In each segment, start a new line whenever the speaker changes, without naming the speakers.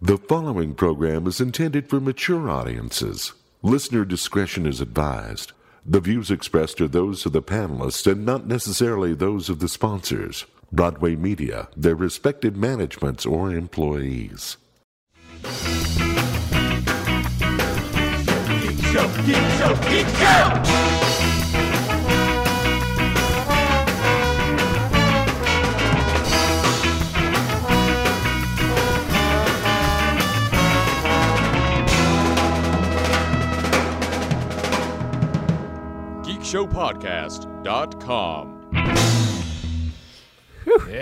The following program is intended for mature audiences. Listener discretion is advised. The views expressed are those of the panelists and not necessarily those of the sponsors, Broadway Media, their respective managements, or employees.
Geek Show, Geek Show, Geek Show!
geekshowpodcast.com.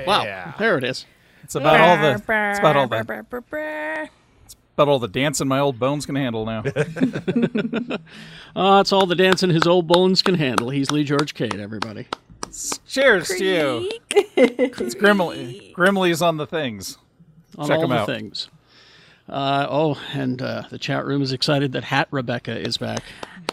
Wow, there it is.
It's about all the it's about all the about all the dancing my old bones can handle now.
Uh, it's all the dancing his old bones can handle. He's Lee George Cade, everybody.
Cheers to you. It's Grimly. Grimly's on the things.
On
Check
all
'em
the
out.
things. Uh, oh, and uh, the chat room is excited that Hat Rebecca is back.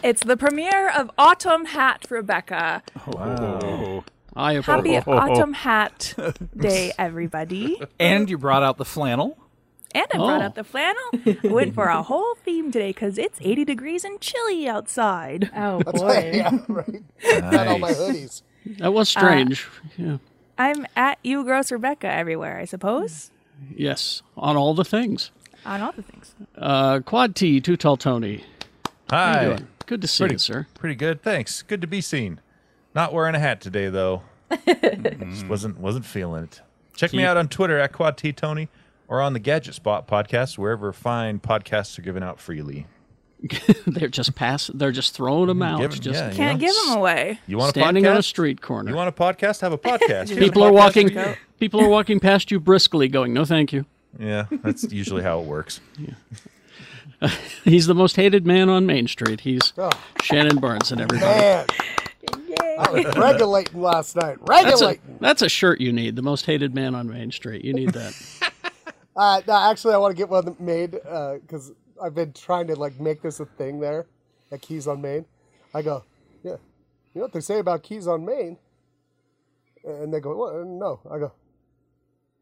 It's the premiere of Autumn Hat Rebecca.
I approve.
Oh.
Happy Autumn Hat Day, everybody.
And you brought out the flannel.
And I brought
Oh.
out the flannel. I went for a whole theme today because it's 80 degrees and chilly outside.
Oh boy.
Got all my hoodies.
That was strange. yeah.
I'm at you, gross Rebecca, everywhere, I suppose,
Yes, on all the things.
on all the things.
Uh, Quad T, Too Tall Tony. How you
Hi.
doing? Good to see
Pretty,
you, sir.
pretty good. Thanks. Good to be seen. Not wearing a hat today though. Just wasn't wasn't feeling it. Check me out on Twitter at Quad T Tony or on the Gadget Spot podcast, wherever fine podcasts are given out freely.
they're just pass. They're just throwing them out.
Give 'em-
just
yeah,
Can't
you know?
give them away.
You want a
standing
podcast?
on a street corner.
You want a podcast? Have a podcast. Here's a
people are
podcast
walking.
for you.
People are walking past you briskly, going, "No, thank you."
Yeah, that's usually how it works.
He's the most hated man on Main Street. He's
Oh.
Shannon Barnes and everybody.
Man,
Yay.
I was regulating last night.
That's a,
Regulating.
that's a shirt you need. The most hated man on Main Street. You need that.
Uh, no, actually, I want to get one made because I've been trying to like make this a thing there at Keys on Main. I go, yeah, you know what they say about Keys on Main? And they go, well, no. I go,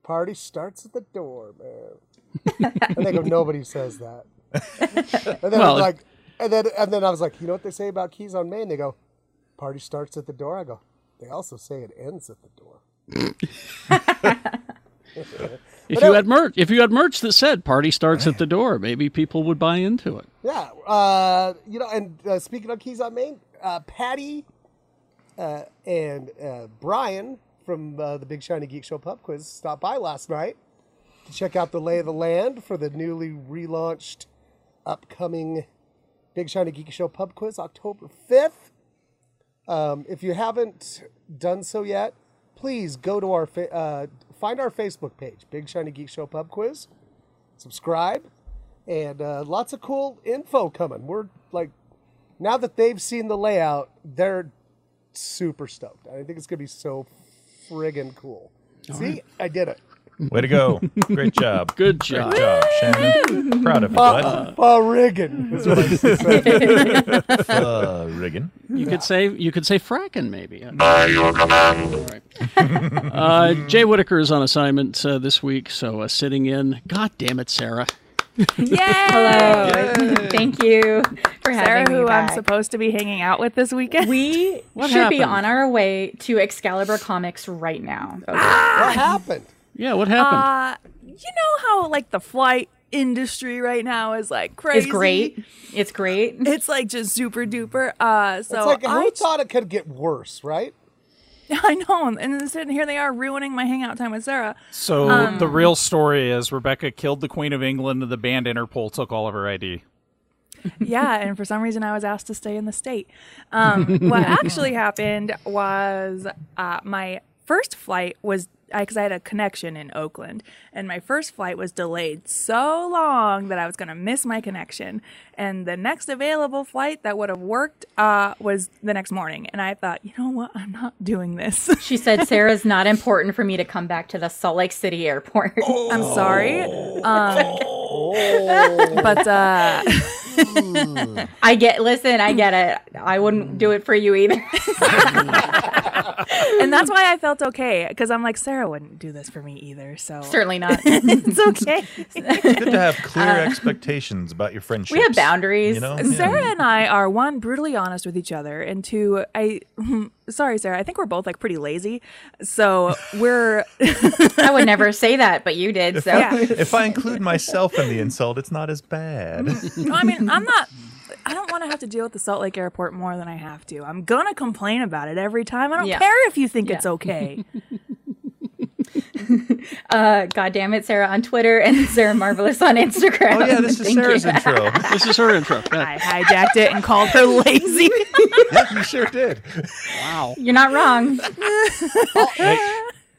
party starts at the door, man. and they go, nobody says that. and then
Well,
I'm like, and then and then I was like, you know what they say about Keys on Main? They go, party starts at the door. I go, they also say it ends at the door.
If you had merch, if you had merch that said "Party starts at the door," maybe people would buy into it.
Yeah, uh, you know, and uh, speaking of Keys on Main, uh, Patty uh, and uh, Brian from uh, the Big Shiny Geek Show Pub Quiz stopped by last night to check out the lay of the land for the newly relaunched upcoming Big Shiny Geek Show Pub Quiz, October 5th. Um, if you haven't done so yet, please go to our fa- uh, find our Facebook page, Big Shiny Geek Show Pub Quiz. Subscribe, and uh, lots of cool info coming. We're like, now that they've seen the layout, they're super stoked. I think it's gonna be so friggin' cool. See, I did it.
Way to go. Great job.
Good
Great
job.
job, Shannon. Proud of you, bud.
Friggin' is what I used to say.
Uh, Riggin.
You could say you could say fracking maybe. By your command. uh, Jay Whitaker is on assignment uh, this week, so uh, sitting in. God damn it, Sarah!
Yay!
Hello.
Thank you for having
Sarah,
me
who I'm
back.
supposed to be hanging out with this weekend.
we should be
happened?
on our way to Excalibur Comics right now.
what happened?
Yeah, what happened?
Uh, you know how, like, the flight industry right now is, like, crazy?
It's great. It's great.
It's, like, just super duper. Uh, so
It's like who
I
thought it could get worse, right?
I know, and then sitting here they are ruining my hangout time with Sarah.
So
Um,
the real story is Rebecca killed the Queen of England and the band Interpol took all of her ID.
Yeah, and for some reason I was asked to stay in the state. Um, what actually happened was uh, my first flight was because I had a connection in Oakland, and my first flight was delayed so long that I was going to miss my connection. And the next available flight that would have worked uh, was the next morning. And I thought, you know what? I'm not doing this.
she said Sarah's not important for me to come back to the Salt Lake City airport.
I'm sorry. Um, but uh,
I get listen, I get it. I wouldn't do it for you either.
and that's why I felt okay because I'm like Sarah wouldn't do this for me either. So
Certainly not.
it's okay.
Good to have clear
uh,
expectations about your friendships.
we have boundaries.
You know?
And Sarah and I are one brutally honest with each other, and two, I sorry, Sarah, I think we're both like pretty lazy, so we're
I would never say that, but you did. So
yeah.
If I include myself in the insult, it's not as bad.
No, I mean, I'm not. I don't want to have to deal with the Salt Lake Airport more than I have to. I'm gonna complain about it every time. I don't
Yeah.
care if you think it's
Yeah.
okay.
uh, God damn it, Sarah on Twitter and Sarah Marvelous on Instagram.
Oh yeah, this is
Thank you.
Sarah's intro.
This is her intro. Yeah.
I hijacked it and called her lazy.
yeah, you sure did.
Wow.
You're not wrong.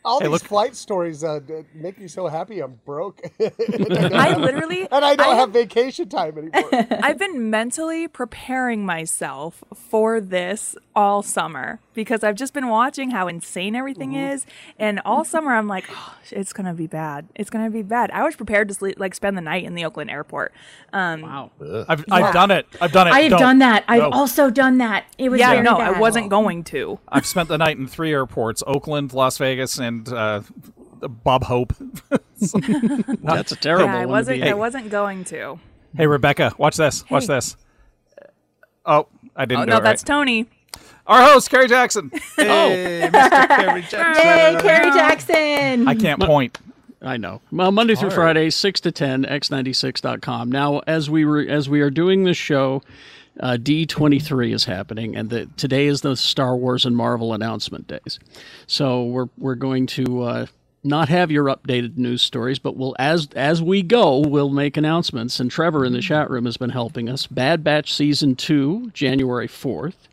All these
look-
flight stories uh, d- make me so happy I'm broke. and I
I literally
don't have vacation time anymore.
I've been mentally preparing myself for this all summer because I've just been watching how insane everything is, and all summer I'm like, oh, it's gonna be bad. It's gonna be bad. I was prepared to sleep, like spend the night in the Oakland airport. Um,
Wow.
I've, I've done it. I've done it.
I have
Don't.
done that. I've
No.
also done that. It was
Yeah,
very
no,
bad.
I wasn't going to.
I've spent the night in three airports: Oakland, Las Vegas, and uh, Bob Hope.
That's a terrible
Uh, Yeah, I
one. to
wasn't.
be in.
I wasn't going to.
hey, Rebecca, watch this. Watch this. Oh, I didn't
Oh,
do it
no, that's
right.
Tony.
Our host, Kerry Jackson.
Hey, Mr. Kerry Jackson.
Hey, Carrie Jackson.
I can't point.
I know. Well, Monday through Friday, six to ten, x96.com. Now, as we were as we are doing this show, uh, D23 is happening, and the, today is the Star Wars and Marvel announcement days. So we're we're going to uh, not have your updated news stories, but we'll as as we go, we'll make announcements. And Trevor
Mm-hmm.
in the chat room has been helping us. Bad Batch season two, January fourth.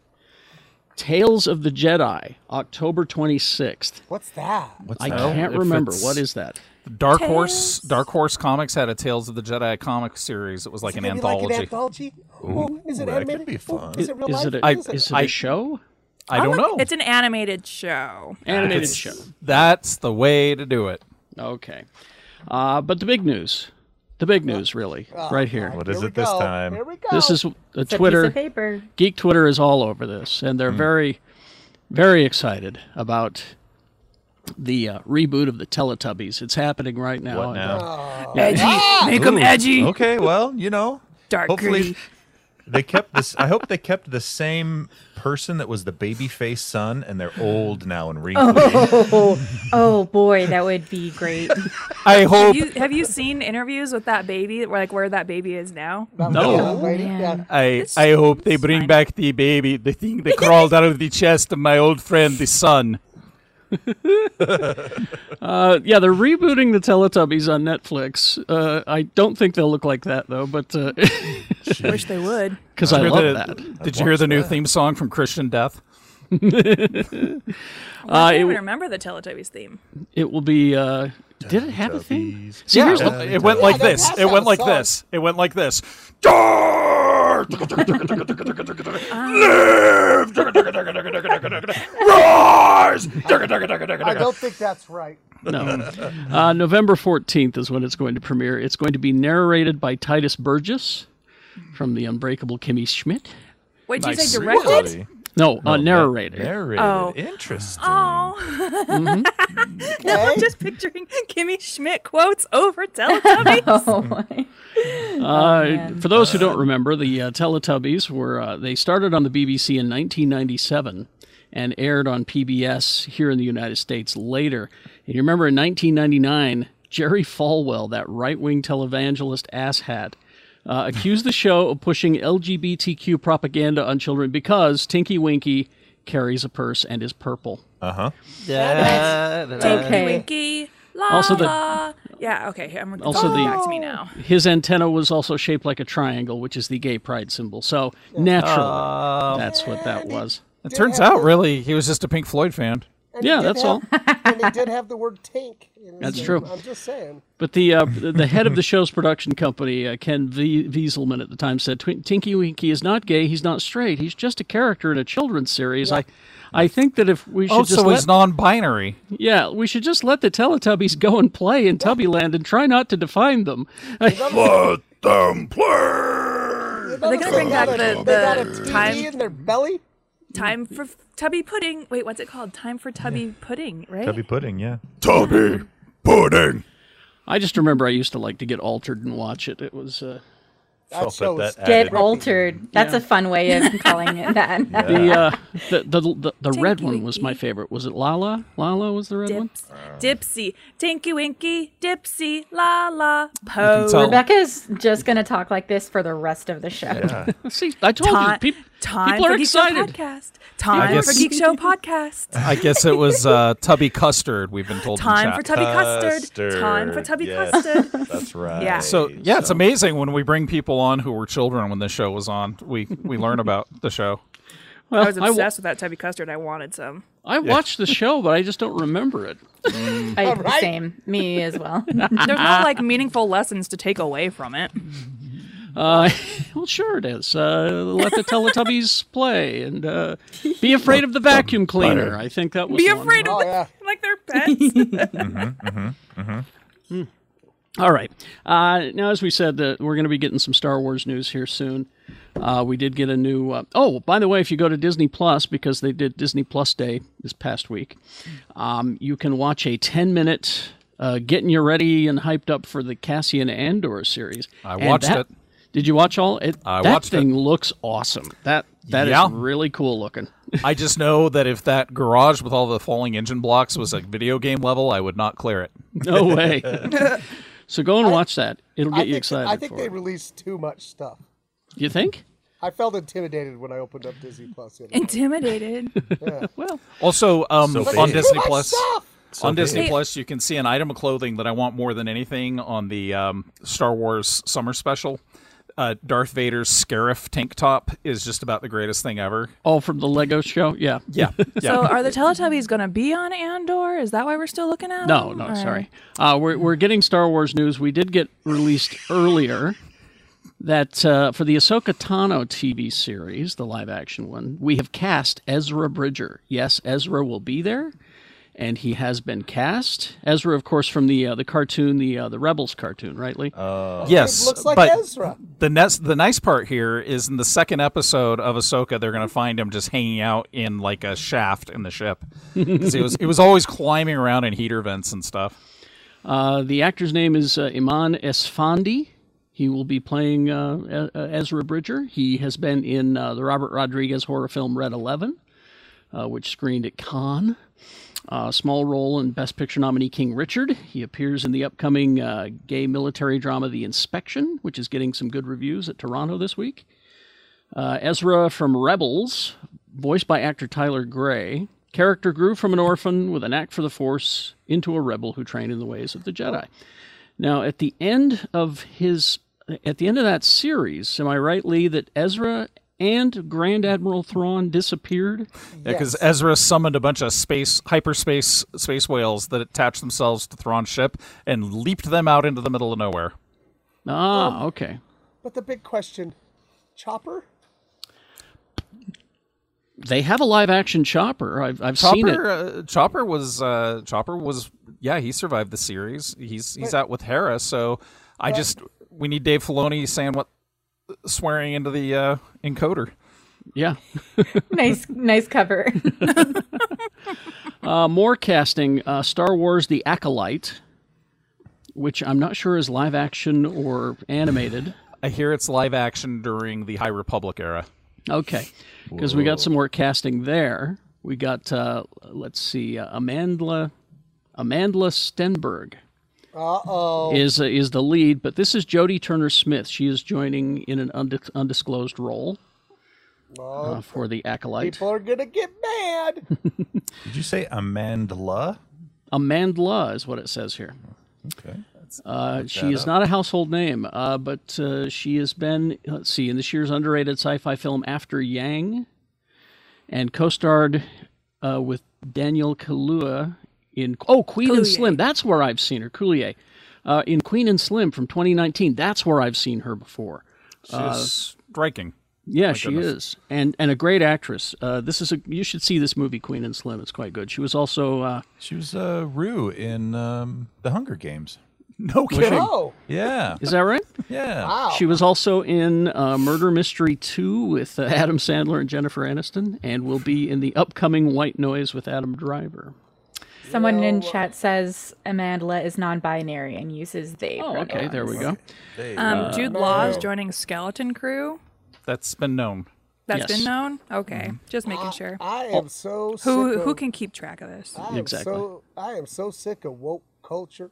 Tales of the Jedi, October 26th.
What's that?
What's
I
that?
can't
if
remember.
it's-
What is that?
Dark Horse. Dark Horse Comics had a Tales of the Jedi comic series. It was like
Is it
an
gonna be
anthology.
Like an anthology? Oh, is it
that could
animated?
be
Oh,
fun.
is it real
Is
life?
it a,
What
is it a
I-
show?
I don't know.
It's an animated show.
Animated
It's-
show.
That's the way to do it.
Okay. Uh, but the big news, the big news, really, right here.
What is
Here we
it this
go.
time?
Here we go.
This is uh,
It's a piece
Twitter.
of paper.
Geek Twitter is all over this, and they're very, very excited about the uh, reboot of the Teletubbies. It's happening right now.
What
and,
now?
Edgy, make them edgy.
Okay, well, you know,
Dark,
hopefully
gritty.
they kept this. I hope they kept the same person that was the baby face son, and they're old now and wrinkly.
Oh, oh boy, that would be great.
I hope.
You, have you seen interviews with that baby? Where like where that baby is now?
That
No.
little lady,
Man.
yeah.
I
It's
I hope they bring
fine.
back the baby, the thing that crawled out of the chest of my old friend, the sun.
Uh, yeah, they're rebooting the Teletubbies on Netflix. Uh, I don't think they'll look like that though, but because
Wish they would.
I
Did you
love
hear
that.
the- Did you hear the new theme song from Christian Death?
I
it
can't even
w-
remember the Teletubbies theme.
It will be. Uh, did it have a theme? See, here's the-
Uh, it went like
that-
this.
that's
It
not
went
a
like
song.
this. It went like this.
I don't think that's right.
No. Uh, November 14th is when it's going to premiere. It's going to be narrated by Titus Burgess from The Unbreakable Kimmy Schmidt.
Wait, did you
Nice.
say directed?
No, uh, narrated.
Narrated.
Oh.
Interesting.
Oh,
Mm-hmm.
Okay?
I'm just picturing Kimmy Schmidt quotes over Teletubbies.
Oh my.
uh, for those who don't remember, the uh, Teletubbies were, uh, they started on the BBC in 1997 and aired on PBS here in the United States later. And you remember in 1999, Jerry Falwell, that right wing televangelist asshat, uh, accused the show of pushing LGBTQ propaganda on children because Tinky Winky carries a purse and is purple.
Okay.
Winky, la
Also the-
la. Yeah, okay. here, I'm it's
Also
coming
the-
back to me now.
His antenna was also shaped like a triangle, which is the gay pride symbol. So naturally, that's what that was.
It turns out, really, he was just a Pink Floyd fan.
And it
Yeah,
did
that's
have-
all.
and they did have the word tank. in his
That's
name.
true.
I'm just saying.
But the uh, the the head of the show's production company, uh, Ken v- Wieselman, at the time said, "Twin- "Tinky Winky is not gay. He's not straight. He's just a character in a children's series." I, I think that if we should
Oh,
just
so
let,
he's non-binary.
yeah, we should just let the Teletubbies go and play in Tubbyland and try not to define them.
Let them play.
Are they gonna bring back the,
They got a
the
TV
time?
in their belly.
Time for tubby pudding. Wait, what's it called? Time for tubby pudding, right?
Tubby pudding, yeah.
Tubby pudding.
I just remember I used to like to get altered and watch it. It was uh,
Felt
so
that
Get
added-
altered. That's a fun way of calling it that.
the, uh, the the the, the red
Tinky
one was my
Winky.
favorite. Was it Lala? Lala was the red one.
Dips, dipsy, tinky winky, dipsy, la la,
Oh,
po.
tell.
Becca's just gonna talk like this for the rest of the show.
See, I told
Time,
you, peop-
time
people
for
are
Geek
excited.
Show podcast. Time
guess-
for Geek Show podcast.
I guess it was uh, Tubby Custard. We've been told. in
Time
chat.
for tubby custard. Time for tubby
Yes,
custard.
That's right.
Yeah.
So yeah, it's amazing when we bring people on who were children when the show was on. We we learn about the show.
Well,
I was
wa-
obsessed with that tubby custard. I wanted some.
I watched the show, but I just don't remember it.
I,
right.
Same, me as well.
There's no like meaningful lessons to take away from it.
Uh, well, sure it is. Uh, let the Teletubbies play and uh, be afraid of the vacuum cleaner. I think that was
Be
one.
afraid of
Oh
the,
yeah.
like their pets.
All right. Uh, now, as we said, that we're going to be getting some Star Wars news here soon. Uh, we did get a new. Uh, oh, by the way, if you go to Disney Plus, because they did Disney Plus Day this past week, um, you can watch a 10 minute uh, getting you ready and hyped up for the Cassian Andor series.
I
And
watched
that-
it.
Did you watch all? It,
I
that
watched it.
thing looks awesome. That that is
Yeah.
really cool looking.
I just know that if that garage with all the falling engine blocks was a video game level, I would not clear it.
No way. so go and watch that. It'll get
I
you
think,
excited.
I think
for
they
it.
released too much stuff.
You think?
I felt intimidated when I opened up Disney Plus. the other day.
Intimidated.
Also, um,
So
on
big.
Disney
Too much
Plus,
stuff!
on Disney
big.
Plus, you can see an item of clothing that I want more than anything on the um, Star Wars Summer Special. Uh, Darth Vader's Scarif tank top is just about the greatest thing ever.
Oh.
All from Oh, the Lego show? Yeah.
Yeah, yeah.
So are the Teletubbies gonna be on Andor? Is that why we're still looking at?
No,
them,
no,
or-
sorry. Uh, we're, we're getting Star Wars news. We did get released earlier that uh, for the Ahsoka Tano TV series, the live action one, we have cast Ezra Bridger. Yes, Ezra will be there, and he has been cast. Ezra, of course, from the uh, the cartoon, the uh, the Rebels cartoon, right, Lee?
yes,
Looks like
but
Ezra.
the nes- the nice part here is in the second episode of Ahsoka, they're gonna find him just hanging out in like a shaft in the ship 'Cause he was he was always climbing around in heater vents and stuff.
Uh, the actor's name is uh, Iman Esfandi. He will be playing uh, E- uh, Ezra Bridger. He has been in uh, the Robert Rodriguez horror film Red Eleven, uh, which screened at Cannes. Uh, small role in Best Picture nominee King Richard. He appears in the upcoming uh, gay military drama The Inspection, which is getting some good reviews at Toronto this week. Uh, Ezra from Rebels, voiced by actor Tyler Gray. Character grew from an orphan with an act for the Force into a rebel who trained in the ways of the Jedi. Now, at the end of his, at the end of that series, am I right, Lee, that Ezra and Grand Admiral Thrawn disappeared?
Yeah, because Ezra summoned a bunch of space hyperspace space whales that attached themselves to Thrawn's ship and leaped them out into the middle of nowhere.
Ah, okay.
But the big question, Chopper.
They have a live-action chopper. I've, I've seen it.
Chopper, uh, Chopper was uh, Chopper was yeah he survived the series. He's he's out with Hera, so I just we need Dave Filoni saying what swearing into the uh, encoder.
Yeah.
nice, nice cover.
Uh, more casting uh, Star Wars The Acolyte, which I'm not sure is live action or animated.
I hear it's live action during the High Republic era.
Okay. Because we got some more casting there. We got, uh, let's see, uh, Amandla, Amandla Stenberg
Uh oh.
is, is the lead, but this is Jodie Turner Smith. She is joining in an undis- undisclosed role uh, for The Acolyte.
People are gonna get mad.
Did you say Amandla?
Amandla is what it says here.
Okay.
Uh, she is not a household name, uh, but uh, she has been, let's see, in this year's underrated sci fi film After Yang and co starred uh, with Daniel Kaluuya in, oh, Queen and Slim. That's where I've seen her, Coulier. Uh, in Queen and Slim from 2019. That's where I've seen her before.
She's striking.
Yeah, she is, and and a great actress. Uh, this is a you should see this movie Queen and Slim. It's quite good. She was also uh,
She was uh, Rue in um, the Hunger Games.
No kidding.
Oh,
Yeah.
Is that right?
Yeah.
wow.
She was also in uh, Murder Mystery 2 with uh, Adam Sandler and Jennifer Aniston, and will be in the upcoming White Noise with Adam Driver.
Someone in chat says Amanda is non-binary and uses they.
Oh, okay, there we
pronouns.
go.
Um, Jude Law is joining Skeleton Crew.
That's been known.
That's
Yes.
been known. Okay, just making sure.
I am so sick
Who
of,
who can keep track of this?
I am
Exactly.
So, I am so sick of woke culture.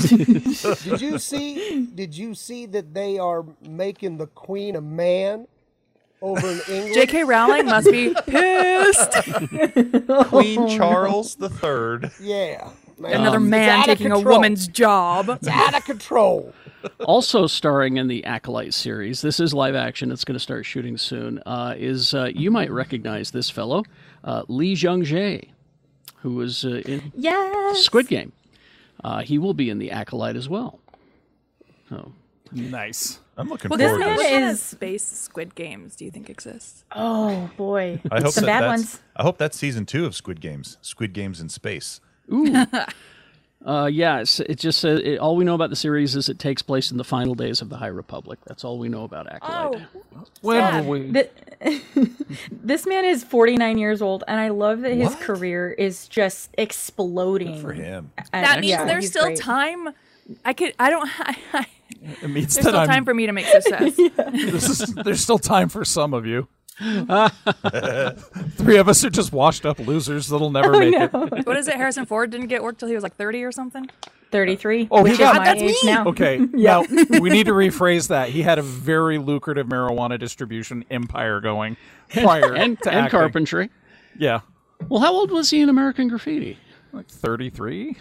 did you see? Did you see that they are making the queen a man over in England?
J.K. Rowling must be pissed.
Queen Charles the Third.
Yeah, man,
Another
it's out
man
of
taking a
control.
woman's job.
It's out of control.
also starring in the Acolyte series, this is live action, it's going to start shooting soon, uh, is uh, you might recognize this fellow, uh, Lee Jung Jae, who was uh, in
Yes.
Squid Game. Uh, he will be in the Acolyte as well.
Nice.
I'm looking
this
forward to
man
this.
What kind of
is-
space Squid Games do you think exists?
Oh boy.
I hope
Some
that
bad
that's,
ones.
I hope that's season two of Squid Games. Squid Games in space.
Uh, yeah, it's, it just says it, all we know about the series is it takes place in the final days of the High Republic. That's all we know about
Oh,
Acolyte.
Well,
Sad.
we-
Th- this man is 49 years old, and I love that his career is just exploding.
For him.
And-
That means
yeah,
there's
he's
still
great.
time. I could. I don't. I, I,
it means
there's
that
still
I'm,
time for me to make success.
this is, there's still time for some of you. Three of us are just washed up losers that'll never make it.
What is it? Harrison Ford didn't get work till he was like 30 or something.
33.
Oh, he
which is
got-
my
that's
age
me!
now.
Okay, yeah. now we need to rephrase that. He had a very lucrative marijuana distribution empire going prior
And,
to
and
acting.
carpentry.
Yeah,
Well, how old was he in American Graffiti?
like 33,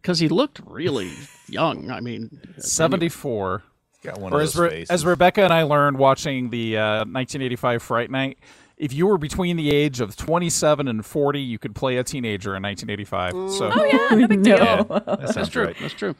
Because he looked really young. I mean,
74.
Got one
Or
of those
as, Re-
faces.
as Rebecca and I learned watching the uh, 1985 Fright Night, if you were between the age of 27 and 40, you could play a teenager in 1985. So
yeah,
Oh.
that sounds right.
that's true.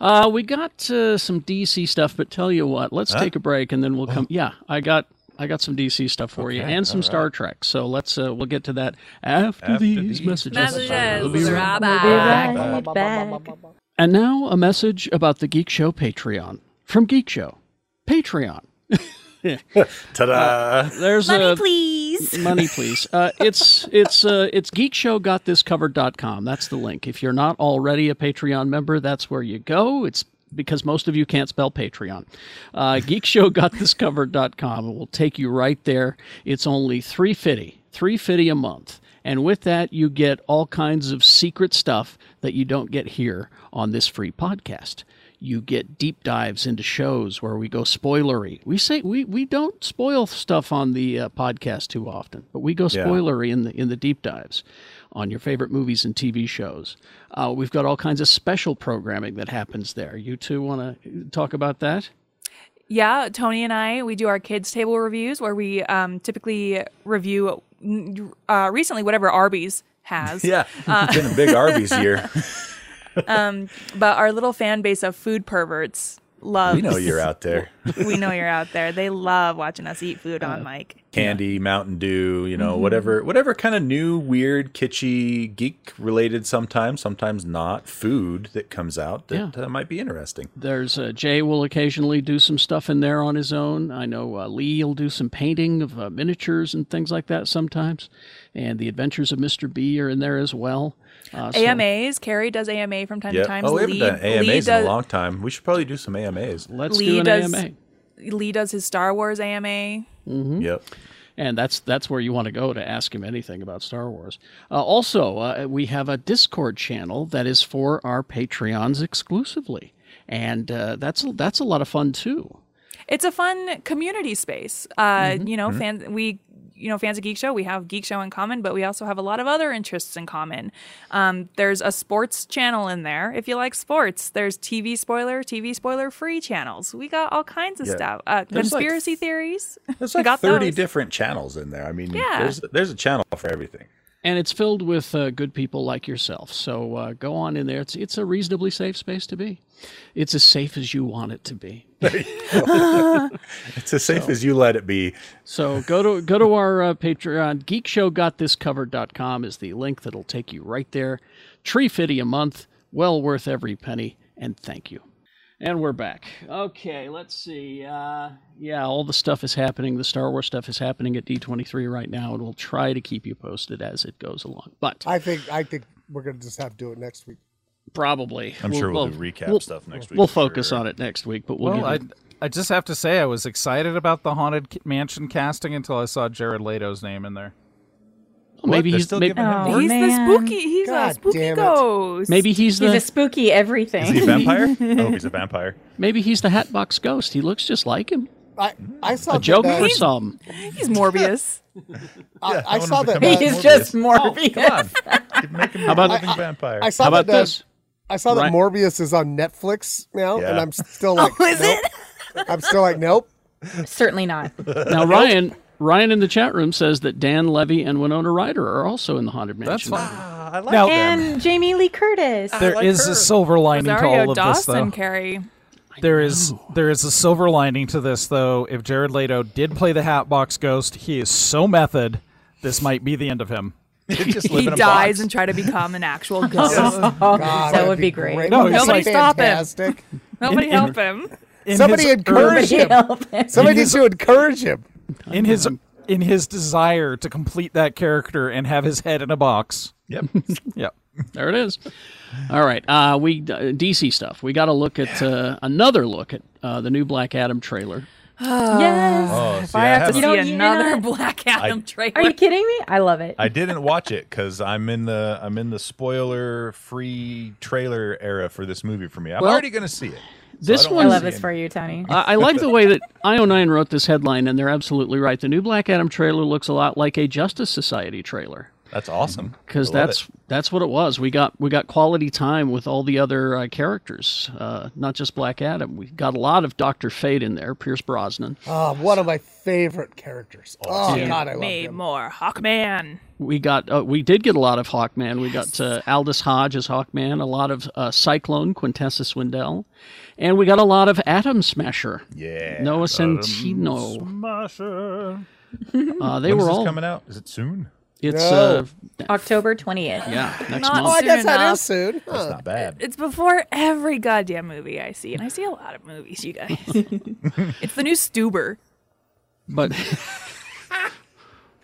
Uh, we got uh, some DC stuff, but tell you what, let's take a break and then we'll come. Yeah, I got I got some DC stuff for you and some Star Trek. So let's uh, we'll get to that after, these,
these
messages. We'll be
Messages.
right-
Right
Ba- ba- ba- ba- ba-
back.
ba- ba- ba.
And now a message about the Geek Show Patreon from Geek Show Patreon.
Uh,
Ta-da!
There's
Money,
a
please.
money please uh, it's it's uh, it's geekshowgotthiscovered.com that's the link if you're not already a patreon member that's where you go it's because most of you can't spell patreon uh, geekshowgotthiscovered.com it will take you right there it's only 350 350 a month and with that you get all kinds of secret stuff that you don't get here on this free podcast you get deep dives into shows where we go spoilery. We say we, we don't spoil stuff on the uh, podcast too often, but we go spoilery in the in the deep dives on your favorite movies and TV shows. Uh, we've got all kinds of special programming that happens there. You two want to talk about that?
Yeah, Tony and I we do our kids table reviews where we um, typically review uh, recently whatever Arby's has.
Yeah,
uh,
it's been a big Arby's year.
But our little fan base of food perverts loves.
We know you're out there.
we know you're out there. They love watching us eat food
Uh,
on mic.
Candy, Mountain Dew, you know,
Mm-hmm.
whatever, whatever kind of new, weird, kitschy, geek related. Sometimes, sometimes not. Food that comes out that uh, might be interesting.
There's uh, Jay will occasionally do some stuff in there on his own. I know uh, Lee will do some painting of uh, miniatures and things like that sometimes. And the Adventures of Mr. B are in there as well. Uh, so-
AMAs. Carrie does AMA from time
Yeah.
to time.
Oh, we haven't
Lee,
done AMAs
Lee,
in a
does,
long time. We should probably do some AMAs.
Let's
Lee
do an
does-
AMA.
Lee does his Star Wars AMA.
Yep.
and that's that's where you want to go to ask him anything about Star Wars. Uh, also, uh, we have a Discord channel that is for our Patreons exclusively, and uh, that's that's a lot of fun too.
It's a fun community space. Uh, You know, fans we. You know, fans of Geek Show, we have Geek Show in common, but we also have a lot of other interests in common. Um, there's a sports channel in there if you like sports. There's TV spoiler, TV spoiler free channels. We got all kinds of
Yeah.
stuff. Uh,
There's like-
conspiracy theories.
There's
We
like
got
30
those.
different channels in there. I mean,
Yeah.
there's, there's a channel for everything.
And it's filled with uh, good people like yourself. So uh, go on in there. It's it's a reasonably safe space to be. It's as safe as you want it to be.
It's as safe as you let it be.
So go to go to our uh, Patreon. GeekShowGotThisCovered.com is the link that'll take you right there. Tree fitty a month, well worth every penny, and thank you. And we're back. Okay, let's see. Uh, yeah, all the stuff is happening. The Star Wars stuff is happening at D23 right now, and we'll try to keep you posted as it goes along. But
I think I think we're gonna just have to do it next week.
probably.
I'm sure we'll do recap stuff next week
We'll
for
focus
sure.
on it next week, but we'll,
Well,
give
I
you-
I just have to say I was excited about the haunted K- mansion casting until I saw Jared Leto's name in there.
well, maybe
They're
he's
still
maybe,
giving him
Oh,
he's
man.
the spooky. He's
God
a spooky
damn it.
ghost.
maybe he's
He's a
the
spooky everything.
Is he a vampire? oh, he's a vampire.
maybe he's the Hatbox Ghost. He looks just like him.
I I saw
A Joker
That, uh,
or something.
he's Morbius.
I, I
I wanna
saw that.
become
uh,
He's just Morbius.
Come on. Make him How
about-
about, a living vampire.
I saw
How about
that, uh,
this?
I saw that
Right.
Morbius is on Netflix now, and
Yeah.
I'm still like,
is
nope. I'm still like, nope.
Certainly not.
Now Ryan Ryan in the chat room says that Dan Levy and Winona Ryder are also in the haunted mansion.
Ah, I like
Now-
them.
And Jamie Lee Curtis.
There is
like her.
a silver lining to all
Rosario
of
Dawson
this, though.
Carey.
There is there is a silver lining to this, though. If Jared Leto did play the Hatbox Ghost, he is so method. This might be the end of him.
Just live
He
in a
dies
box.
and try to become an actual ghost.
God, that'd
would be great.
No,
That'd
it's
be
like-
Stop it.
fantastic.
Nobody help him.
In
Somebody
his
encourage
urge-
him. Somebody needs to encourage him.
in his in his desire to complete that character and have his head in a box.
Yep. Oh,
Yep.
There it is. All right, uh, we uh, DC stuff. We got to look at uh, another look at uh, the new Black Adam trailer.
yes.
Oh, see,
If I
I,
have to
haven't-
don't
see
need
another
it.
Black Adam trailer.
Are you kidding me? I love it.
I didn't watch it because I'm in the I'm in the spoiler free trailer era for this movie for me. I'm
Well,
already gonna see it.
This
don't
one,
I
wanna
love
see
this for you, Tony.
I, I like the way that IO9 wrote this headline, and they're absolutely right. The new Black Adam trailer looks a lot like a Justice Society trailer.
That's awesome.
because
I love
Mm-hmm. that's that's what it was. We got we got quality time with all the other uh, characters, uh, not just Black Adam. We got a lot of Doctor Fate in there, Pierce Brosnan.
Oh, one of my favorite characters. Oh God, I love
Me
him.
more Hawkman.
We got uh, we did get a lot of Hawkman. We got uh, Aldous Hodge as Hawkman, a lot of uh, Cyclone Quintessa Swindell, and we got a lot of Atom Smasher.
Yeah.
Noah Centino. Uh, they
When is
were
this
all.
coming out? Is it soon?
It's
No.
uh,
October 28th.
yeah, next
Not
Oh,
month.
I guess that
enough.
is soon.
That's
huh.
not bad.
It's before every goddamn movie I see, and I see a lot of movies, you guys. it's the new Stuber.
but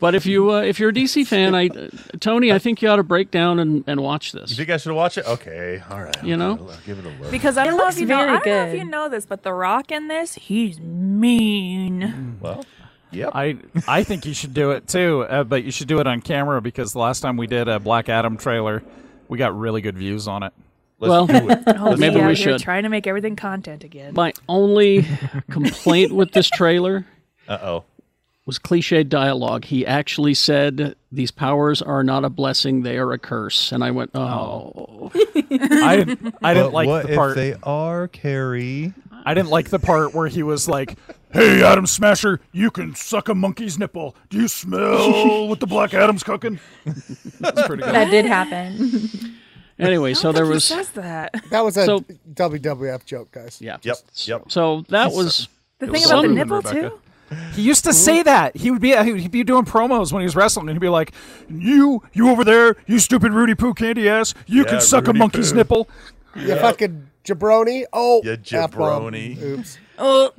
but if you uh, if you're a DC fan, I uh, Tony, I think you ought to break down and, and watch
You
this.
think I should watch it? Okay. All right.
You know?
I'll give it a look.
Because I don't, know if,
looks
you know, I
very
don't know if
good.
you know this, but The Rock in this, he's
Mm.
mean.
Well, yep.
I I think you should do it too, uh, but you should do it on camera because the last time we did a Black Adam trailer, we got really good views on it.
well,
Oh,
Maybe we
yeah, you're
should.
Trying to make everything content again.
my only complaint with this trailer
Uh oh.
was cliched dialogue. He actually said, "These powers are not a blessing; they are a curse." And I went, "Oh,
I didn't, I didn't like
what
the part.
if they are Carrie?
I didn't like the part where he was like, "Hey, Adam Smasher, you can suck a monkey's nipple. Do you smell what the Black Adam's cooking?" That's pretty good.
That did happen.
anyway." So there was,
Who says that?
That was a
So-
WWF joke, guys.
yeah,
Yep, yep.
So that was
The
It
thing
was
about the
Solomon,
nipple,
Rebecca.
too?
He used to say that he would be he'd be doing promos when he was wrestling, and he'd be like, "You, you over there, you stupid Rudy Poo candy ass, you
Yeah,
can suck
Rudy
a monkey's
Poo."
nipple."
You fucking jabroni. Oh,
You
F-bomb.
jabroni.
Oops.
Oh,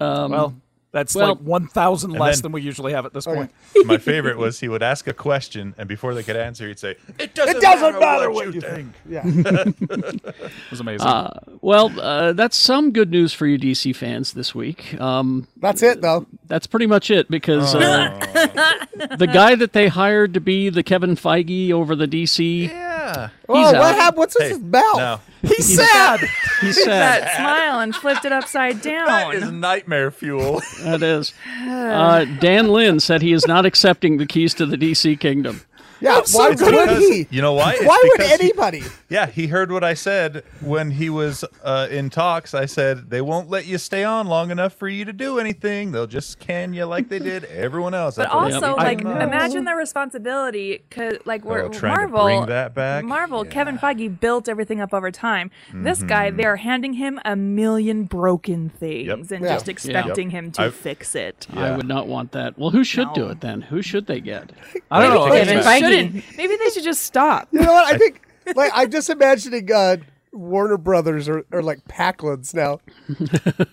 Well, that's
Well-
like one thousand less
Um, then-
than we usually have at this point.
My favorite was he would ask a question, and before they could answer, he'd say, "It doesn't,
It doesn't matter
what you
think.
think."
Yeah.
It was amazing.
well. Uh, that's some good news for you DC fans this week. Um,
That's it, though.
that's pretty much it because uh, the guy that they hired to be the Kevin Feige over the DC,
Yeah.
Oh,
He's
what
out.
happened? What's
Hey,
this mouth?
No,
he's sad.
he said.
that smile and flipped it upside
that is
down.
nightmare fuel.
That is. Uh, Dan Lin said he is not accepting the keys to the DC kingdom.
Yeah, why would he?
you know why? It's
why would
because he-
anybody?
yeah, he heard what I said when he was uh, in talks. I said they won't let you stay on long enough for you to do anything. They'll just can you like they did everyone else.
But
That's what
also,
I-
like,
I know.
imagine the responsibility, cause like we're
Oh, trying to
Marvel.
bring that back?
Marvel. Kevin Feige built everything up over time. This
Mm-hmm.
guy, they are handing him a million broken things and
Yeah.
just expecting him to
I've-
fix it.
I would not want that. Well, who should do it then? Who should they get?
I don't know.
Kevin
It's-
Shouldn't.
Feige.
Maybe they should just stop.
You know what? I think, like, I'm just imagining uh, Warner Brothers are, are like Packlins now.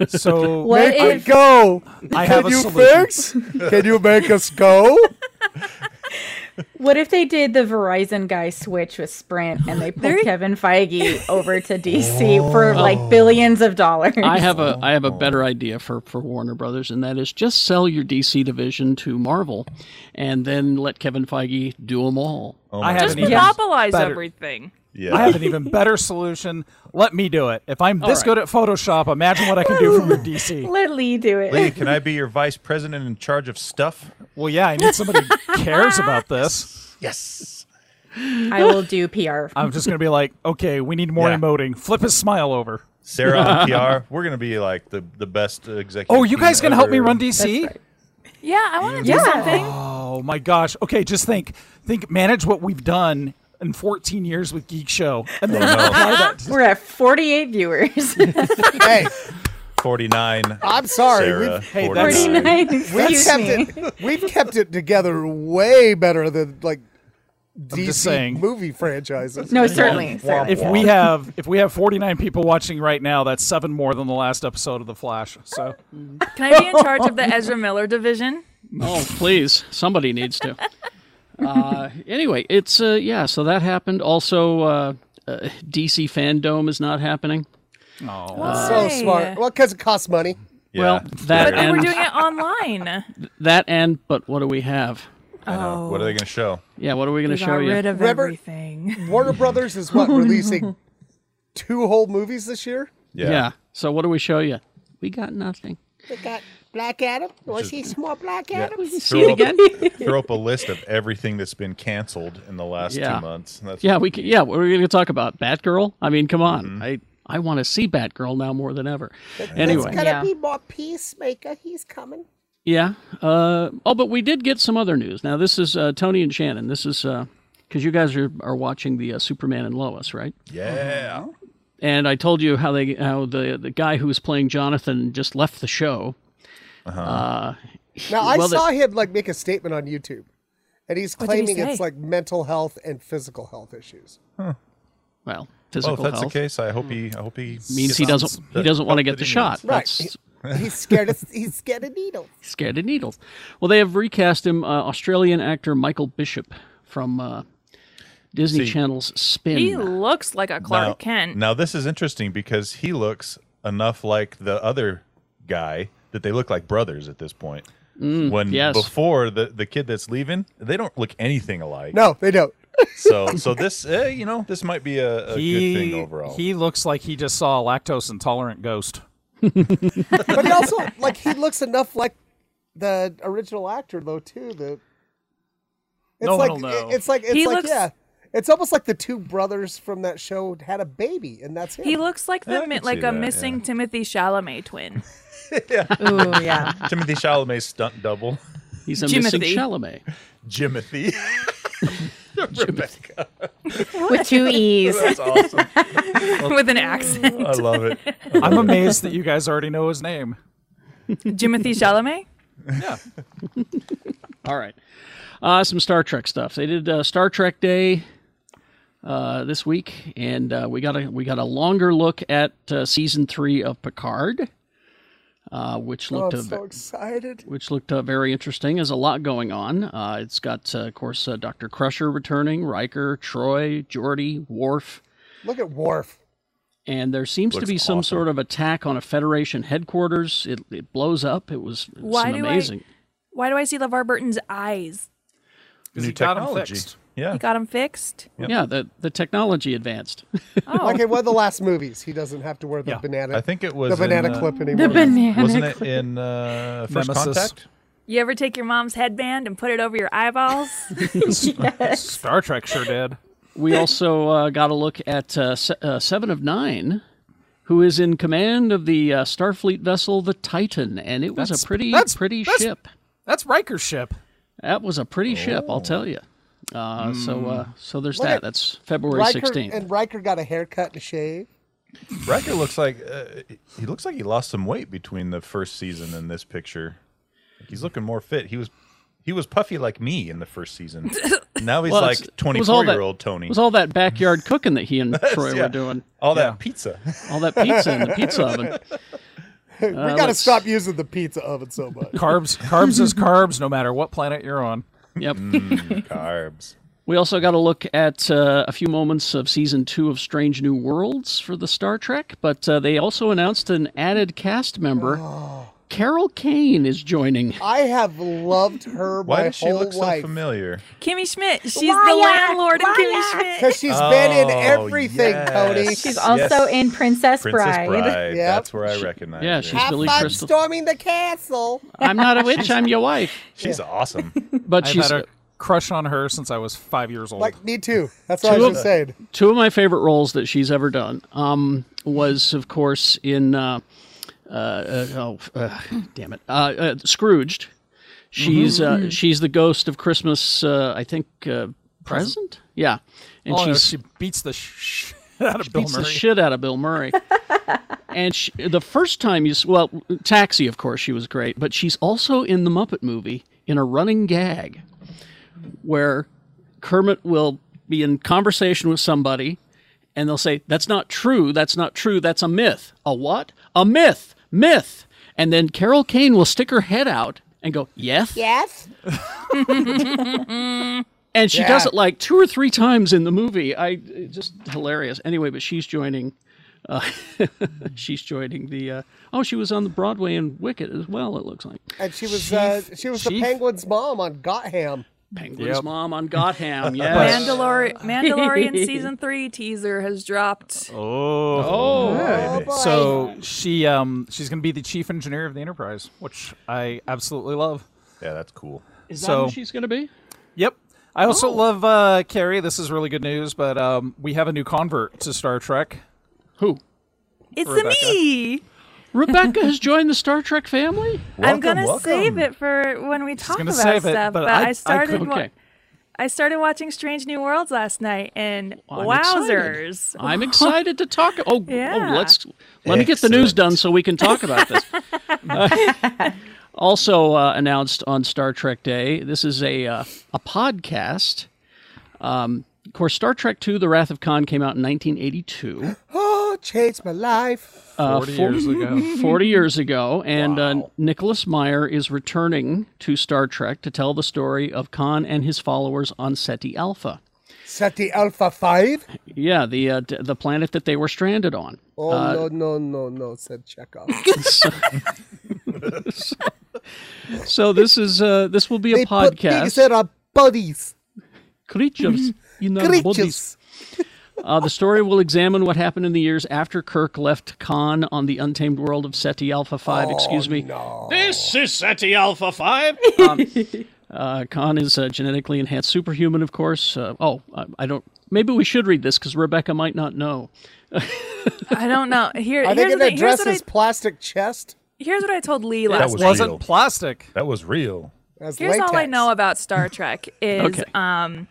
So
What
make it
if
go.
I
Can
have a
you
solution.
fix? Can you make us go?
what if they did the Verizon guy switch with Sprint and they pulled Kevin Feige over to DC for like billions of dollars?
I have a I have a better idea for for Warner Brothers, and that is just sell your DC division to Marvel, and then let Kevin Feige do them all.
I have
Just
an even
monopolize
better-
everything.
I have an even better solution. Let me do it. If I'm this good at Photoshop, imagine what I can do from your DC.
Let Lee do it.
Lee, can I be your vice president in charge of stuff?
Well, yeah, I need somebody who cares about this.
Yes.
I will do PR.
I'm just gonna be like, okay, we need more
Yeah.
emoting. Flip his smile over.
Sarah on PR, we're gonna be like the, the best uh, executive.
Oh, you
team
guys gonna help me
ever.
run DC?
Yeah, I want to do
Yeah.
something.
Oh my gosh. Okay, just think, think, manage what we've done in 14 years with Geek Show, and then apply that to-
We're at 48 viewers.
hey,
Forty nine.
I'm sorry.
Sarah.
We've,
Hey, that's-
49.
we've
Excuse
kept
me.
it. We've kept it together way better than like DC
just saying.
movie franchises.
No, certainly. certainly.
If we have if we have 49 people watching right now, that's seven more than the last episode of The Flash. So
Can I be in charge of the Ezra Miller division?
Oh, please. Somebody needs to. Uh, anyway, it's, uh, yeah, so that happened. Also, uh, uh, DC Fandom is not happening.
so smart. Well, because it costs money.
Yeah.
Well, that
But then we're
and
doing it online.
that and, but what do we have?
Uh, what are they gonna show?
Yeah, what are we going to
Got
show
rid
you?
of
Robert-
everything.
Warner Brothers is what releasing two whole movies this year.
Yeah. So what do we show you? We got nothing.
They got Black Adam. Was he more Black Adam?
See it
Throw up-
again?
Throw up a list of everything that's been canceled in the last
Yeah.
two months. That's
Yeah, we can, yeah, what are we going to talk about? Batgirl? I mean, come on. I I want to see Batgirl now more than ever. Anyway.
Yeah. be
more Peacemaker. He's coming.
Yeah. Uh, oh, but we did get some other news. Now this is uh, Tony and Shannon. This is because you guys are, are watching the uh, Superman and Lois, right?
yeah. Oh,
And I told you how they how the the guy who was playing Jonathan just left the show.
Now I
Well, the-
saw him like make a statement on YouTube, and he's
did he
claiming it's
say?
like mental health and physical health issues.
Well,
Well,
physical
Oh, if that's
health
the case, I hope he. I hope he
means he doesn't he doesn't want to get the shot.
Right.
That's
He's scared. Of, he's scared of needles.
scared of needles. Well, they have recast him. Uh, Australian actor Michael Bishop from uh, Disney
See-
Channel's Spin.
He looks like a Clark
now,
Kent.
Now this is interesting because he looks enough like the other guy that they look like brothers at this point. when
yes.
before the the kid that's leaving, they don't look anything alike.
No, they don't.
So so this eh, you know this might be a, a
he
good thing overall.
he looks like he just saw a lactose intolerant ghost.
But he also like he looks enough like the original actor though too. The it's
No
like
one'll know.
it- it's like it's
He
like
looks-
yeah. It's almost like the two brothers from that show had a baby, and that's him.
He looks like
I
the
can
mi-
see
like a
that,
missing Timothy Chalamet twin.
Ooh, yeah.
Timothy Chalamet's stunt double,
He's a
Jimothy.
missing Chalamet.
Jimothy. Rebecca,
With two E's.
that's awesome.
with an accent.
I love it.
I'm amazed that you guys already know his name.
Jimothy Chalamet?
All right. Uh, some Star Trek stuff. They did uh, Star Trek Day uh, this week, and uh, we got a we got a longer look at uh, season three of Picard, uh, which
Oh,
looked
I'm
a-
so excited.
which looked uh, very interesting. There's a lot going on. Uh, it's got, uh, of course, uh, Doctor Crusher returning, Riker, Troy, Geordi, Worf,
Look at Worf.
and there seems to
Looks
be some
awesome.
sort of attack on a Federation headquarters. It, it blows up. It was it's
Why do I-
amazing.
Why do I see LeVar Burton's eyes?
'Cause
New
he got him
technology.
fixed.
Yeah,
He got him fixed.
Yeah, the the technology advanced.
Oh.
Like in one of the last movies, he doesn't have to wear the
Yeah.
banana.
I think it was
the banana
in, uh,
clip
The
anymore.
banana.
Wasn't it in uh, First
Nemesis.
Contact?
You ever take your mom's headband and put it over your eyeballs?
Star Trek sure did.
We also uh, got a look at uh, se- uh, Seven of Nine, who is in command of the uh, Starfleet vessel the Titan, and it was
That's-
a pretty
that's-
pretty
that's-
ship.
That's Riker's ship.
That was a pretty ship, I'll tell you. Uh, So uh, so there's that.
at
That's February
Riker,
16th.
and Riker got a haircut and a shave.
Riker looks like uh, he looks like he lost some weight between the first season and this picture. He's looking more fit. He was he was puffy like me in the first season. Now he's
Well,
like
it's- it was all
24
that-
year old Tony.
It was all that backyard cooking that he and Troy
yeah.
were doing.
all that pizza.
All that pizza in the pizza oven.
we gotta
let's-
stop using the pizza oven so much.
Carbs, carbs is carbs, no matter what planet you're on.
Yep.
Hmm. Carbs.
We also got to look at uh, a few moments of season two of Strange New Worlds for the Star Trek, but uh, they also announced an added cast member. Carol Kane is joining.
I have loved her
Why
my
does she
whole
look so
life.
familiar?
Kimmy Schmidt. She's the landlord in Kimmy Schmidt.
Because she's been in
Oh,
everything,
yes.
Cody.
She's also
Yes.
in Princess,
Princess
Bride.
Yep.
Bride. That's where I recognize
yeah,
her.
she's-
Have
Billy
fun
Crystal.
storming the castle.
I'm not a witch, I'm your wife.
she's awesome.
But
I've
she's
had a crush on her since I was five years old.
Like me too. That's what I was just saying.
Oh. two of my favorite roles that she's ever done um, was, of course, in uh, uh, uh, oh, uh, damn it, uh, uh, Scrooged. She's
Mm-hmm.
uh, she's the ghost of Christmas. Uh, I think uh, present. Yeah, and
oh, no,
she's
she beats the shit out of Bill
beats
Murray.
the shit out of Bill Murray. and she, the first time you s- well, Taxi, of course, she was great, but she's also in the Muppet movie in a running gag where Kermit will be in conversation with somebody and they'll say, That's not true, that's not true, that's a myth. A what? A myth, myth. And then Carol Kane will stick her head out and go, Yes?
Yes.
And she does it like two or three times in the movie. I it's just hilarious. Anyway, but she's joining. Uh, she's joining the. Uh, oh, she was on the Broadway in Wicked as well. It looks like
And she was uh, she was the
Chief.
penguin's mom on Gotham.
Penguin's
Yep.
mom on Gotham. Yes.
Mandalor- Mandalorian season three teaser has dropped.
Oh boy.
So she um she's gonna be the chief engineer of the Enterprise, which I absolutely love.
yeah, that's cool.
Is that
so-
who she's going to be?
Yep. I also love uh, Carrie. This is really good news, but um, we have a new convert to Star Trek.
Who?
It's
Rebecca.
me.
Rebecca has joined the Star Trek family.
I'm gonna save it for when we talk
gonna
about
save it,
stuff.
but
but,
I- I
I,
could-
started. wa-
Okay.
I started watching Strange New Worlds last night, and
I'm
wowzers!
Excited. I'm excited to talk. Oh,
Yeah.
oh let's let me get the news
Excellent.
done so we can talk about this. Uh, also uh, announced on Star Trek Day, this is a uh, a podcast. Um, of course, Star Trek II: The Wrath of Khan came out in 1982,
oh, changed my life.
uh,
Forty
four-
years ago.
40 years ago, and uh, Nicholas Meyer is returning to Star Trek to tell the story of Khan and his followers on SETI Alpha.
Seti Alpha Five.
Yeah, the uh, d- the planet that they were stranded on.
Oh no no no no! Said Chekhov.
So this is uh, this will be a
they put
podcast.
things in our bodies.
creatures in our bodies.
Creatures.
Uh, the story will examine what happened in the years after Kirk left Khan on the untamed world of SETI Alpha
Oh,
5. Excuse me. This is SETI Alpha 5. Um, uh, Khan is a genetically enhanced superhuman, of course. Uh, oh, I, I don't. Maybe we should read this because Rebecca might not know.
I don't know. Here,
I
here's, what I,
think it
here's, what
addresses
I,
plastic chest
here's what I told Lee
That
last
was
night.
Wasn't
real.
plastic.
That was real.
as
Here's
latex.
all I know about Star Trek is
Okay.
um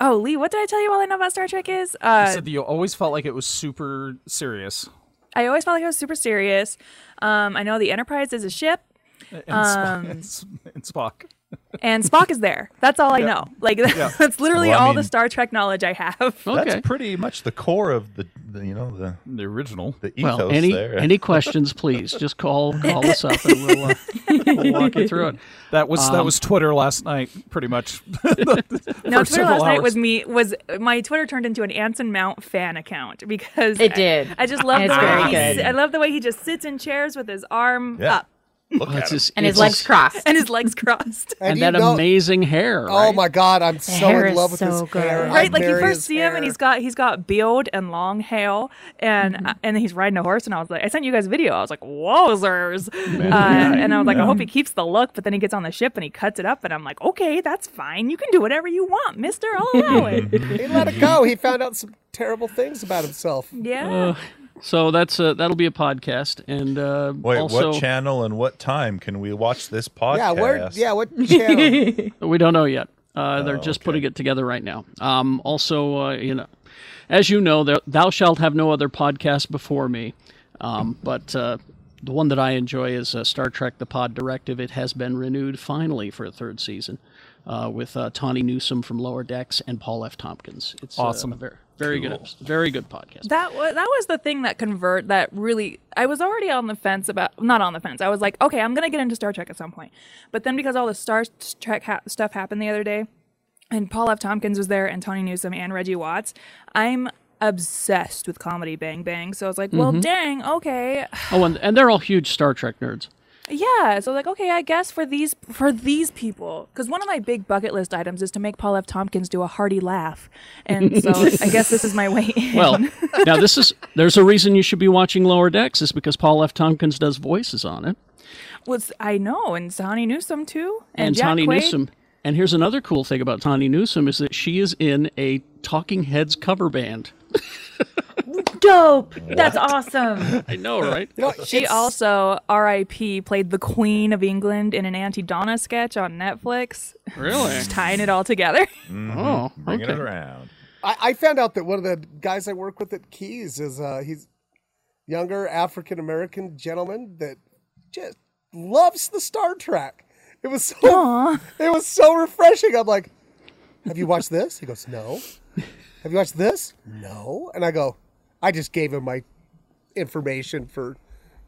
oh Lee, what did I tell you all I know about Star Trek is? Uh
You said that you always felt like it was super serious.
I always felt like I was super serious. Um I know the Enterprise is a ship
And, um, and Spock.
and Spock is there. That's all I know. Like that's literally
Well, I
all
mean-
the Star Trek knowledge I have.
Okay.
That's pretty much the core of the, the you know the
The original.
the ethos
Well, any
there.
any questions, please just call call us up and we'll, uh, we'll walk you through it.
That was that was Twitter last night, pretty much.
No,
For
Twitter
several
last night
hours.
was me was my Twitter turned into an Anson Mount fan account because
It
I-
did.
I, just love
And
the
it's very
way he,
good.
s- I love the way he just sits in chairs with his arm
yeah.
up
Look at
Oh, It's
him.
just-
And his
it's
legs
just-
crossed.
and his legs crossed.
And,
you
that
know-
amazing hair.
Oh
right?
my God! I'm so
hair
in
is
love with his
so good.
hair. I
right like you
marry
first
his
see him
hair.
and he's got he's got beard and long hair and and he's riding a horse and i was like i sent you guys a video i was like wowzers uh, and i was like i hope he keeps the look but then he gets on the ship and he cuts it up and i'm like okay that's fine you can do whatever you want mister i'll allow it
He let it go. He found out some terrible things about himself.
yeah
So that's a, that'll be a podcast, and uh,
Wait,
also
what channel and what time can we watch this podcast?
Yeah, where? Yeah, what channel?
we don't know yet.
Oh,
Uh, they're just putting it together right now. Um, also, uh, you know, as you know, there, thou shalt have no other podcast before me. Um, but uh, the one that I enjoy is uh, Star Trek: The Pod Directive. It has been renewed finally for a third season uh, with uh, Tawny Newsom from Lower Decks and Paul F. Tompkins. It's uh,
Awesome.
a very, very good, very good podcast.
That was that was the thing that convert that really I was already on the fence about not on the fence. I was like, okay, I'm gonna get into Star Trek at some point, but then because all the Star Trek ha- stuff happened the other day, and Paul F. Tompkins was there, and Tony Newsom and Reggie Watts, I'm obsessed with comedy Bang Bang. So I was like, well, dang, okay,
Oh, and, and they're all huge Star Trek nerds.
yeah. So like, okay, I guess for these for these people, because one of my big bucket list items is to make Paul F. Tompkins do a hearty laugh, and so I guess this is my way. in.
Well, now this is there's a reason you should be watching Lower Decks is because Paul F. Tompkins does voices on it,
was I know, and Tony Newsom too, and,
and
Jack
Tawny
Quaid.
Newsom. And here's another cool thing about Tawny Newsom is that she is in a Talking Heads cover band.
Dope. That's awesome.
I know, right?
She also, R.I.P., played the Queen of England in an Auntie Donna sketch on Netflix.
Really?
Just tying it all together.
Oh,
Bringing
okay.
it around.
I, I found out that one of the guys I work with at Keys is uh, he's younger African American gentleman that just loves the Star Trek. It was so it was so refreshing. I'm like, have you watched this? He goes, no. Have you watched this? No. And I go, I just gave him my information for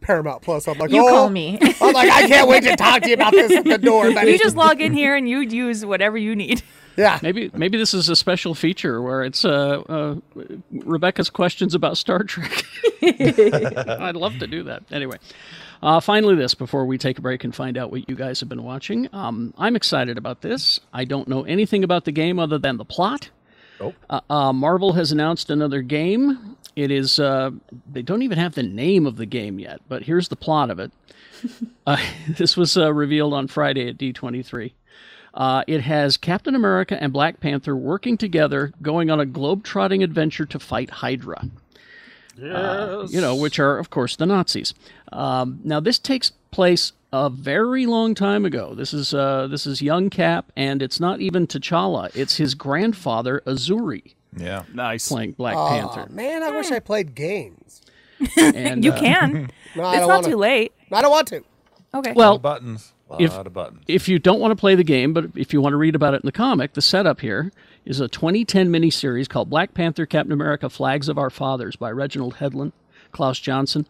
Paramount Plus. I'm like,
You
oh.
call me.
I'm like, I can't wait to talk to you about this at the door. Buddy.
You just log in here and you use whatever you need.
yeah.
Maybe maybe this is a special feature where it's uh, uh, Rebecca's questions about Star Trek. I'd love to do that. Anyway, uh, finally, this before we take a break and find out what you guys have been watching. Um, I'm excited about this. I don't know anything about the game other than the plot. Uh, Marvel has announced another game. It is, uh, they don't even have the name of the game yet, but here's the plot of it. uh, this was uh, revealed on Friday at D23. Uh, it has Captain America and Black Panther working together, going on a globe-trotting adventure to fight Hydra. Yes. you know, which are, of course, the Nazis. Um, now, this takes place a very long time ago. This is uh, this is young Cap, and it's not even T'Challa; it's his grandfather Azuri
Yeah.
Nice.
playing Black
Ah.
Panther.
Man, I wish I played games.
And,
You
uh,
can.
No, I
it's not
don't wanna.
too late.
I don't want to.
Okay.
Well,
Buttons. A lot
If-
of buttons.
if you don't want to play the game, but if you want to read about it in the comic, the setup here is a 2010 miniseries called Black Panther Captain America Flags of Our Fathers by Reginald Hedlund, Klaus Johnson.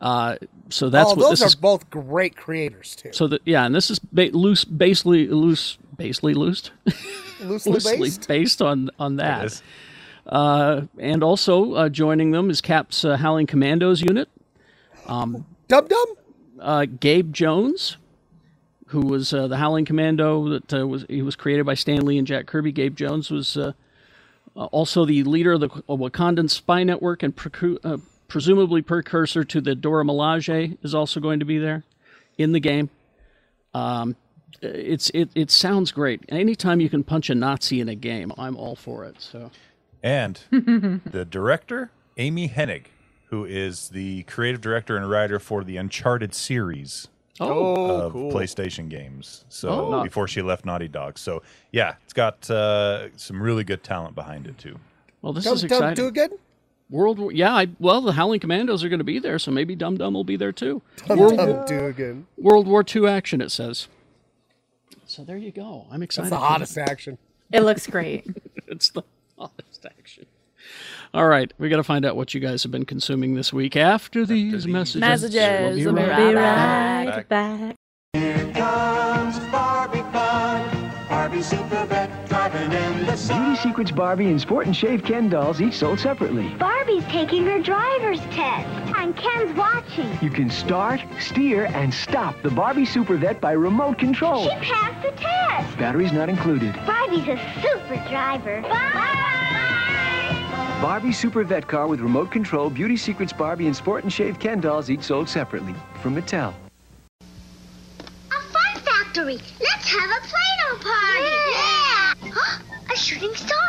Uh, so that's
oh,
what
those
this
are
is.
both great creators too.
So that yeah, and this is ba- loose, basely loose, basely loosed,
Loosely,
loosely
based.
based on on that.
is.
Uh, and also uh, joining them is Cap's uh, Howling Commandos unit,
Dum dum.
uh, Gabe Jones, who was uh, the Howling Commando that uh, was he was created by Stan Lee and Jack Kirby. Gabe Jones was uh, uh, also the leader of the Wakandan spy network and precu- uh, presumably precursor to the Dora Milaje is also going to be there in the game. Um, it's it it sounds great. Anytime you can punch a Nazi in a game, I'm all for it. So
And the director, Amy Hennig, who is the creative director and writer for the Uncharted series
oh,
of PlayStation games. So before she left Naughty Dog. So yeah, it's got uh, some really good talent behind it too.
well this
Dum
is
dum. Do
exciting.
good.
World War, yeah, I, well the Howling Commandos are going to be there, so maybe Dum Dum will be there too.
Dum dum. Do good.
World War II action, it says. So there you go. I'm excited.
It's the
for that.
hottest action.
It looks great.
It's the hottest action. All right, we got to find out what you guys have been consuming this week after these messages.
Messages.
We'll be
We'll be
right
Be
back.
right back.
Beauty Secrets Barbie and Sport and Shave Ken dolls each sold separately.
Barbie's taking her driver's test, and Ken's watching.
You can start, steer, and stop the Barbie Super Vet by remote control.
She passed the test.
Batteries not included.
Barbie's a super driver. Bye.
Barbie Super Vet car with remote control, Beauty Secrets Barbie and Sport and Shave Ken dolls each sold separately from Mattel.
A fun factory. Let's have a Play-Doh party. Yeah. a shooting star.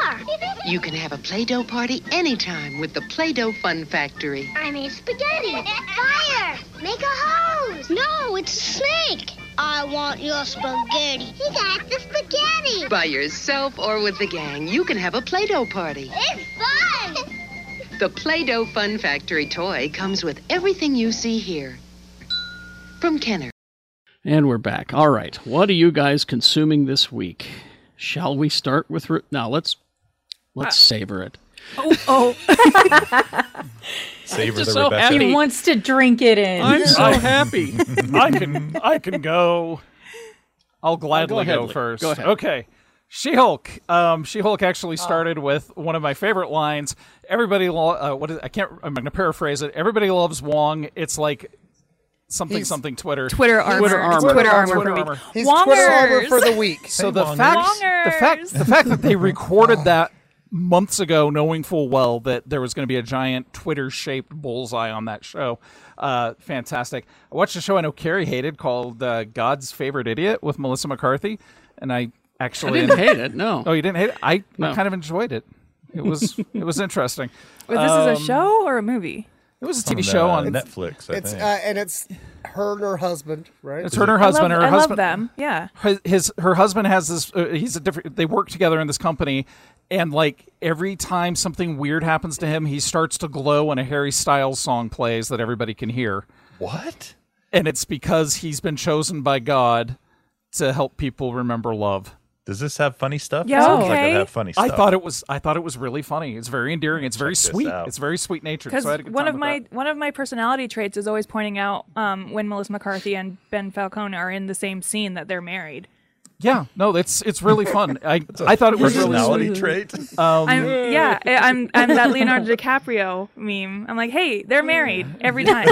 You can have a Play Doh party anytime with the Play Doh Fun Factory.
I made spaghetti. Fire! Make a hose! No, it's a snake. I want your spaghetti. He got the spaghetti.
By yourself or with the gang, you can have a Play Doh party.
It's fun!
The Play Doh Fun Factory toy comes with everything you see here from Kenner.
And we're back. All right. What are you guys consuming this week? Shall we start with re- now? Let's let's savor it.
Oh, oh.
Savor
just
the
so
Rebecca.
happy.
He wants to drink it in.
I'm so happy.
I can I can go. I'll gladly
ahead,
go
Lee.
first.
Go ahead.
Okay. She-Hulk. Um, She-Hulk actually started with one of my favorite lines. Everybody, lo- uh, what is, I can't. I'm going to paraphrase it. Everybody loves Wong. It's like something
He's-
something Twitter.
Twitter armor.
Twitter
It's
armor.
Twitter armor for me.
He's Twitter armor
Wongers.
for the week.
So the fact, the fact, the fact that they recorded that months ago, knowing full well that there was going to be a giant Twitter-shaped bullseye on that show, uh, fantastic. I watched a show I know Carrie hated called uh, "God's Favorite Idiot" with Melissa McCarthy, and I actually
didn't hate it, no.
oh, you didn't hate it. I,
No.
I kind of enjoyed it. It was it was interesting.
Wait, this is
Um,
a show or a movie?
It was a TV show on
Netflix. I
It's uh,
think.
and it's her and her husband, right?
It's her and her
I love,
husband. or her
I
husband.
love them. Yeah.
his, his her husband has this uh, he's a different they work together in this company and like every time something weird happens to him he starts to glow and a harry styles song plays that everybody can hear
what?
and it's because he's been chosen by god to help people remember love
Does this have funny stuff?
Yeah,
It Sounds like
okay.
it have funny stuff.
i thought it was i thought it was really funny it's very endearing it's very
this
sweet
out.
it's very sweet natured
Because
so I had a good
one
time
of
with
my
that.
one of my personality traits is always pointing out um, when Melissa McCarthy and Ben Falcone are in the same scene that they're married.
yeah no it's it's really fun i i thought it was really Uh,
personality
sweet Um,
trait.
I'm yeah, I- I'm I'm that Leonardo DiCaprio meme. I'm like, hey, they're married every time.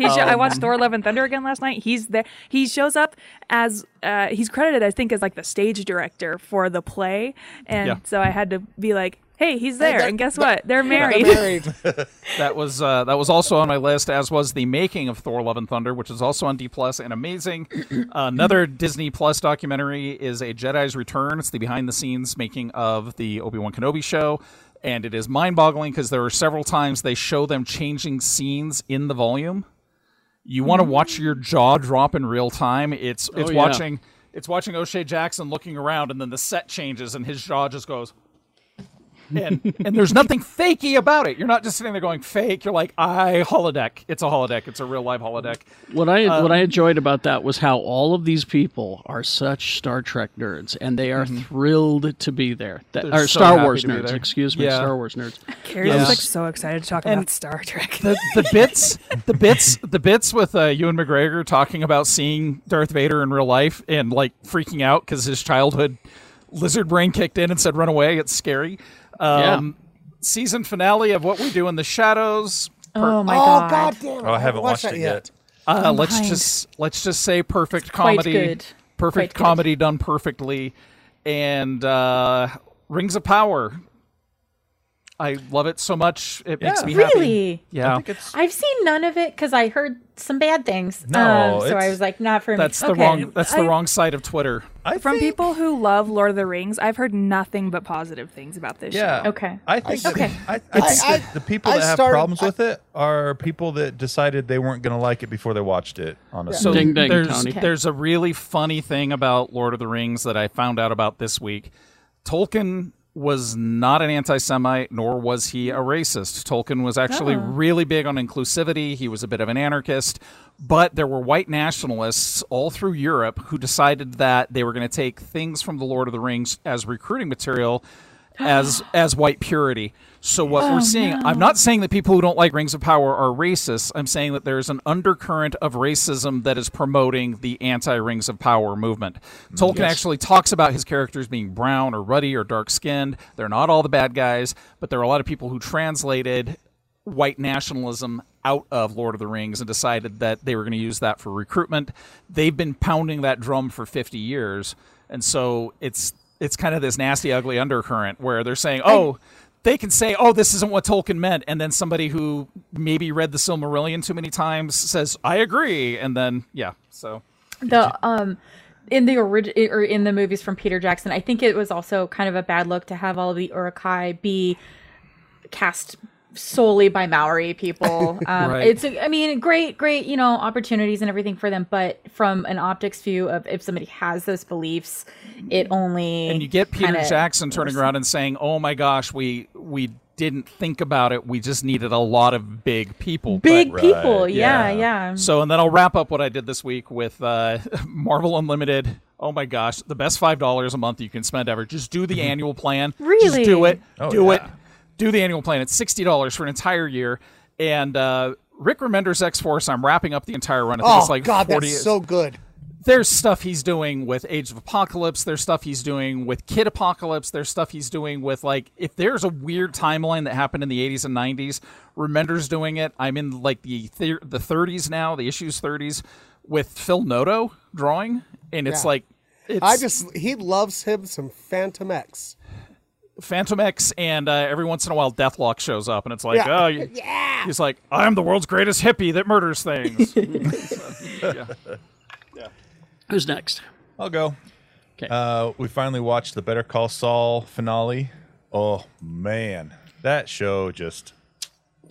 He sho-
Oh,
I watched Thor: Love and Thunder again last night. He's there. He shows up as uh, he's credited, I think, as like the stage director for the play, and
Yeah.
so I had to be like, hey, he's there.
that-
and guess
that-
what? They're married.
married.
That was uh, that was also on my list, as was the making of Thor: Love and Thunder, which is also on D Plus and amazing. Another Disney Plus documentary is a Jedi's Return. It's the behind the scenes making of the Obi Wan Kenobi show, and it is mind boggling because there are several times they show them changing scenes in the volume. You want to watch your jaw drop in real time. It's it's
yeah.
watching it's watching O'Shea Jackson looking around, and then the set changes, and his jaw just goes and and there's nothing fakey about it. You're not just sitting there going fake. You're like, I holodeck. It's a holodeck. It's a real live holodeck.
What I what
Uh,
I enjoyed about that was how all of these people are such Star Trek nerds, and they are thrilled to be there. That,
Mm-hmm. They're
or
so
Star
happy
Wars
to be
nerds,
there.
excuse me,
Yeah.
Star Wars nerds.
Carrie's
Yeah.
like so excited to talk
And-
about Star Trek.
The the bits the bits the bits with uh, Ewan McGregor talking about seeing Darth Vader in real life and like freaking out because his childhood lizard brain kicked in and said, "Run away! It's scary." Um, Season finale of What We Do in the Shadows.
oh my
oh
god.
god damn! it.
Oh, I haven't watched,
watched that
it yet.
Uh,
I'm
let's
behind.
just let's just say perfect
quite
comedy,
good.
perfect
Quite good.
comedy done perfectly, and uh, Rings of Power. I love it so much; it makes
Yeah.
me happy.
Really?
Yeah,
I think it's
I've seen none of it because I heard some bad things.
No,
um, so
it's-
I was like, not for
that's
me.
the
okay.
wrong that's the
I-
wrong side of Twitter.
I
From
think-
people who love Lord of the Rings, I've heard nothing but positive things about this
Yeah.
show.
Okay.
I think.
Okay.
I, I think
I-
that the people
I
that have
started-
problems
I-
with it are people that decided they weren't going to like it before they watched it. Honestly,
So
Ding, ding,
there's
Tony. Okay.
there's a really funny thing about Lord of the Rings that I found out about this week. Tolkien was not an anti-Semite, nor was he a racist. Tolkien was actually really big on inclusivity. He was a bit of an anarchist, but there were white nationalists all through Europe who decided that they were going to take things from the Lord of the Rings as recruiting material as as white purity. So what we're seeing, I'm not saying that people who don't like Rings of Power are racist. I'm saying that there's an undercurrent of racism that is promoting the anti-Rings of Power movement. Tolkien actually talks about his characters being brown or ruddy or dark-skinned. They're not all the bad guys, but there are a lot of people who translated white nationalism out of Lord of the Rings and decided that they were going to use that for recruitment. They've been pounding that drum for 50 years, and so it's it's kind of this nasty, ugly undercurrent where they're saying, "Oh, they can say, oh, this isn't what Tolkien meant," and then somebody who maybe read the Silmarillion too many times says, "I agree," and then yeah, so
the um in the original or in the movies from Peter Jackson, I think it was also kind of a bad look to have all of the Urukai be cast solely by Maori people. Um,
Right.
It's I mean, great, great, you know, opportunities and everything for them, but from an optics view of if somebody has those beliefs, it only
Mm-hmm. and you get Peter
kinda-
Jackson turning around and saying, "Oh my gosh, we we didn't think about it. We just needed a lot of big people.
Big people, yeah, yeah.
So, and then I'll wrap up what I did this week with uh, Marvel Unlimited. Oh my gosh, the best five dollars a month you can spend ever. Just do the annual plan.
Really?
Just do it.
Mm-hmm. Oh,
do
yeah.
it. Do the annual plan. It's sixty dollars for an entire year. And uh, Rick Remender's X Force. I'm wrapping up the entire run. I think
Oh
it's like
God,
40
that's so good.
there's stuff he's doing with Age of Apocalypse. There's stuff he's doing with Kid Apocalypse. There's stuff he's doing with like if there's a weird timeline that happened in the 80s and 90s, Remender's doing it. I'm in like the thir- the 30s now, the issues 30s with Phil Noto drawing, and it's
Yeah.
like it's
I just he loves him some Phantom X.
Phantom X, and uh, every once in a while Deathlock shows up, and it's like,
Yeah.
oh, you- he's like, I'm the world's greatest hippie that murders things. So, yeah.
Who's next?
I'll go. Uh, we finally watched the Better Call Saul finale. Oh man, that show just.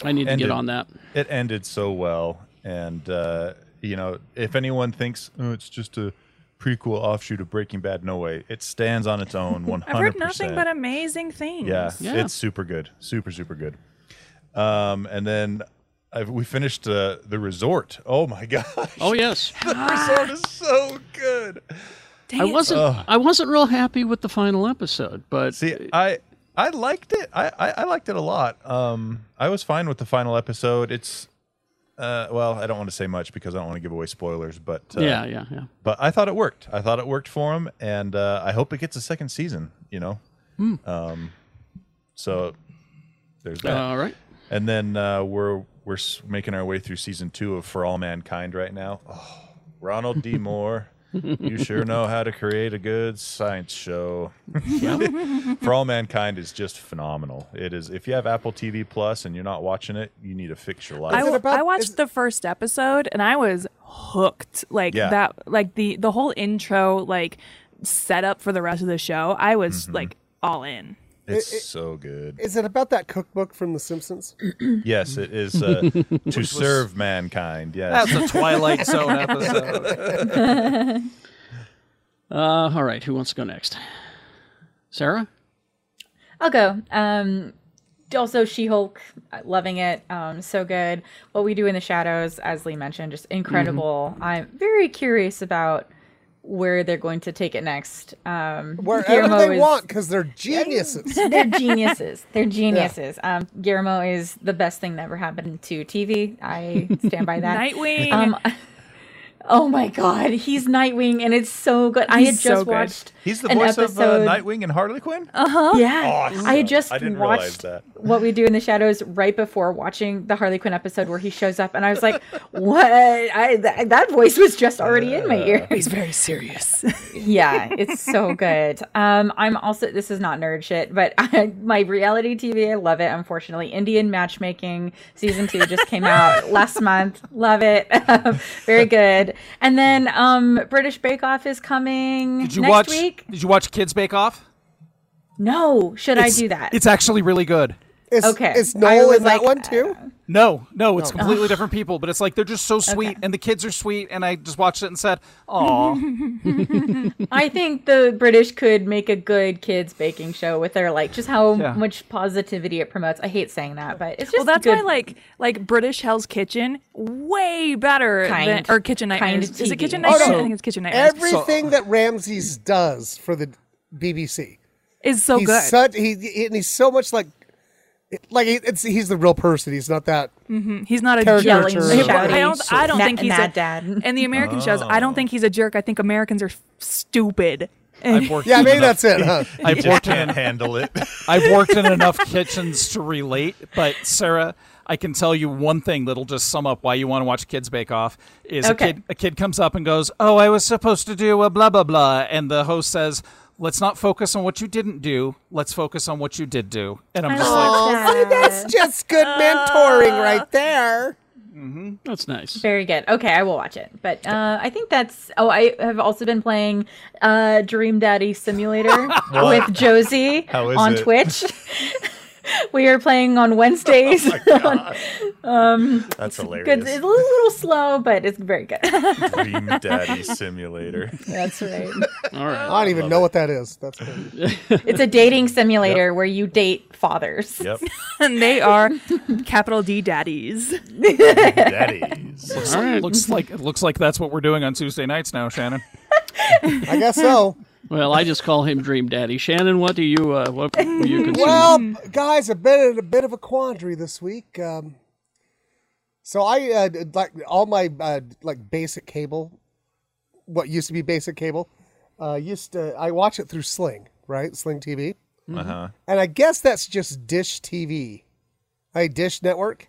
I need to get
ended-
on that.
It ended so well, and uh, you know, if anyone thinks oh, it's just a prequel offshoot of Breaking Bad, no way. It stands on its own. One
I've
hundred
heard
percent.
nothing but amazing things.
Yeah, it's super good, super super good. Um, and then i we finished uh, the resort. Oh my gosh!
Oh yes.
the resort is so good.
I wasn't.
Ugh.
I wasn't real happy with the final episode, but
see, I I liked it. I, I I liked it a lot. Um, I was fine with the final episode. It's uh, well, I don't want to say much because I don't want to give away spoilers, but uh,
Yeah, yeah, yeah.
But I thought it worked. I thought it worked for him, and uh, I hope it gets a second season. You know,
Hmm.
um, so there's that.
All right.
and then uh, we're we're s- making our way through season two of For All Mankind right now. Oh, Ronald D. Moore, you sure know how to create a good science show. For All Mankind is just phenomenal. It is. If you have Apple TV Plus and you're not watching it, you need to fix your life.
I, I watched the first episode and I was hooked. Like
Yeah.
that, like the the whole intro, like setup for the rest of the show. I was
Mm-hmm.
Mhm.
like all in.
it's
It- it-
so good.
Is it about that cookbook from The Simpsons?
yes, it is uh,
Which
to
was-
serve mankind. Yes,
That's a Twilight Zone episode.
Uh, all right. Who wants to go next? Sarah.
I'll go. Um, also, She Hulk, loving it. Um, so good. What we do in the shadows, as Lee mentioned, just incredible.
Mm-hmm.
I'm very curious about where they're going to take it next. Um,
Wherever
Guillermo
they
is-
want, because they're geniuses.
they're geniuses. They're geniuses. Um, Guillermo is the best thing that ever happened to TV. I stand by that.
Nightwing.
Um, oh my god, he's Nightwing, and it's so good. I had
He's
just
so good.
watched.
He's the
an
voice
episode.
of uh, Nightwing and Harley Quinn.
Uh huh. Yeah.
Awesome.
I had just
I didn't realize
watched
that.
what we do in the shadows right before watching the Harley Quinn episode where he shows up, and I was like, "What? I, th- that voice was just already in my ear."
He's very serious.
yeah, it's so good. Um, I'm also this is not nerd shit, but I, my reality TV, I love it. Unfortunately, Indian Matchmaking season two just came out last month. Love it, very good. And then um, British Bake Off is coming
Did you
next
watch?
week.
Did you watch Kids Bake Off?
No, should
It's-
I do that?
It's actually really good.
Is,
Okay.
Is
I
Noel
was
in that
like,
one too?
No, no, it's
No.
completely different people, but it's like they're just so sweet and the kids are sweet and I just watched it and said, "Oh,
I think the British could make a good kids baking show with their like just how
Yeah.
much positivity it promotes. I hate saying that, but it's just
well, that's
good.
why like like British Hell's Kitchen way better than
Kind.
or Kitchen
Kind
Nightmares. Is
TV.
it Kitchen
Oh,
Nightmares?
no.
I think it's Kitchen Nightmares.
Everything that Ramses does for the BBC
Is so
he's
Oh, good.
Such, he, he- and he's so much like, like he- it's he's the real person. He's not that.
hmm He's not a jerk.
Caricature Yelling, of- shouting,
I don't. I don't
na-
think he's
mad
a
dad.
And the American shows. I don't think
Oh.
he's a jerk. I think Americans are f- stupid.
I've worked
Yeah,
in
maybe
enough-
that's it, huh?
I've
Just
worked
can't
in,
handle it.
I've worked in enough kitchens to relate, but Sarah, I can tell you one thing that'll just sum up why you want to watch Kids Bake Off is
Okay.
a kid a kid comes up and goes, "Oh, I was supposed to do a blah blah blah," and the host says. Let's not focus on what you didn't do. Let's focus on what you did do. And I'm
I
just
love
like,
that.
Oh, That's just good mentoring right there.
That's nice.
Very good. Okay, I will watch it. But uh, I think that's. Oh, I have also been playing uh, Dream Daddy Simulator with Josie
How is
on
it?
Twitch. we are playing on Wednesdays.
God.
um,
That's hilarious.
good. It's a little, little slow, but it's very good.
Dream Daddy Simulator.
That's right.
All right.
I don't even know what that is. That's crazy.
It's a dating simulator where you date fathers.
Yep.
and they are capital D daddies.
Daddies.
Mm-hmm.
Looks, looks like it looks like that's what we're doing on Tuesday nights now, Shannon.
I guess so.
Well, I just call him Dream Daddy. Shannon, what do you uh, what do you consume?
Well,
Hmm.
guys, I've been in a bit of a quandary this week. Um, so I uh, d- like all my uh, like basic cable, what used to be basic cable, uh, used to I watch it through Sling, right? Sling TV,
Uh huh.
and I guess that's just Dish TV, hey Dish Network.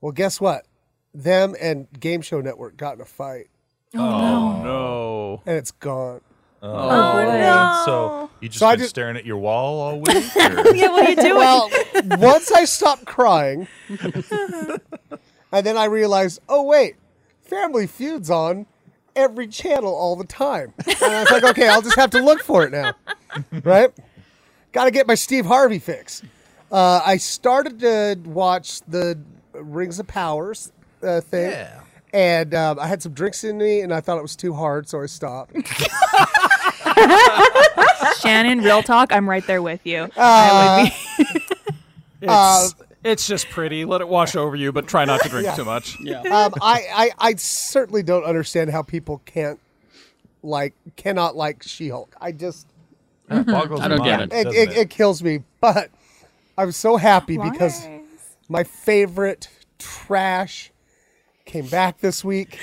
Well, guess what? Them and Game Show Network got in a fight,
Oh no.
and it's gone.
no.
So you just
So I
been
just-
staring at your wall all week? or-
Yeah, what are you doing?
Well, once I stopped crying, and then I realized, oh wait, Family Feud's on every channel all the time, and I was like, okay, I'll just have to look for it now, right? Got to get my Steve Harvey fix. Uh, I started to watch the Rings of Powers uh, thing.
Yeah.
And um, I had some drinks in me, and I thought it was too hard, so I stopped.
Shannon, real talk, I'm right there with you.
Uh,
It's,
Uh,
it's just pretty. Let it wash over you, but try not to drink too much.
yeah.
um, I, I, I certainly don't understand how people can't like cannot like She-Hulk. I just
That boggles
I don't
your
get
mind,
it,
doesn't
it, it kills me. But I'm so happy because my favorite trash came back this week,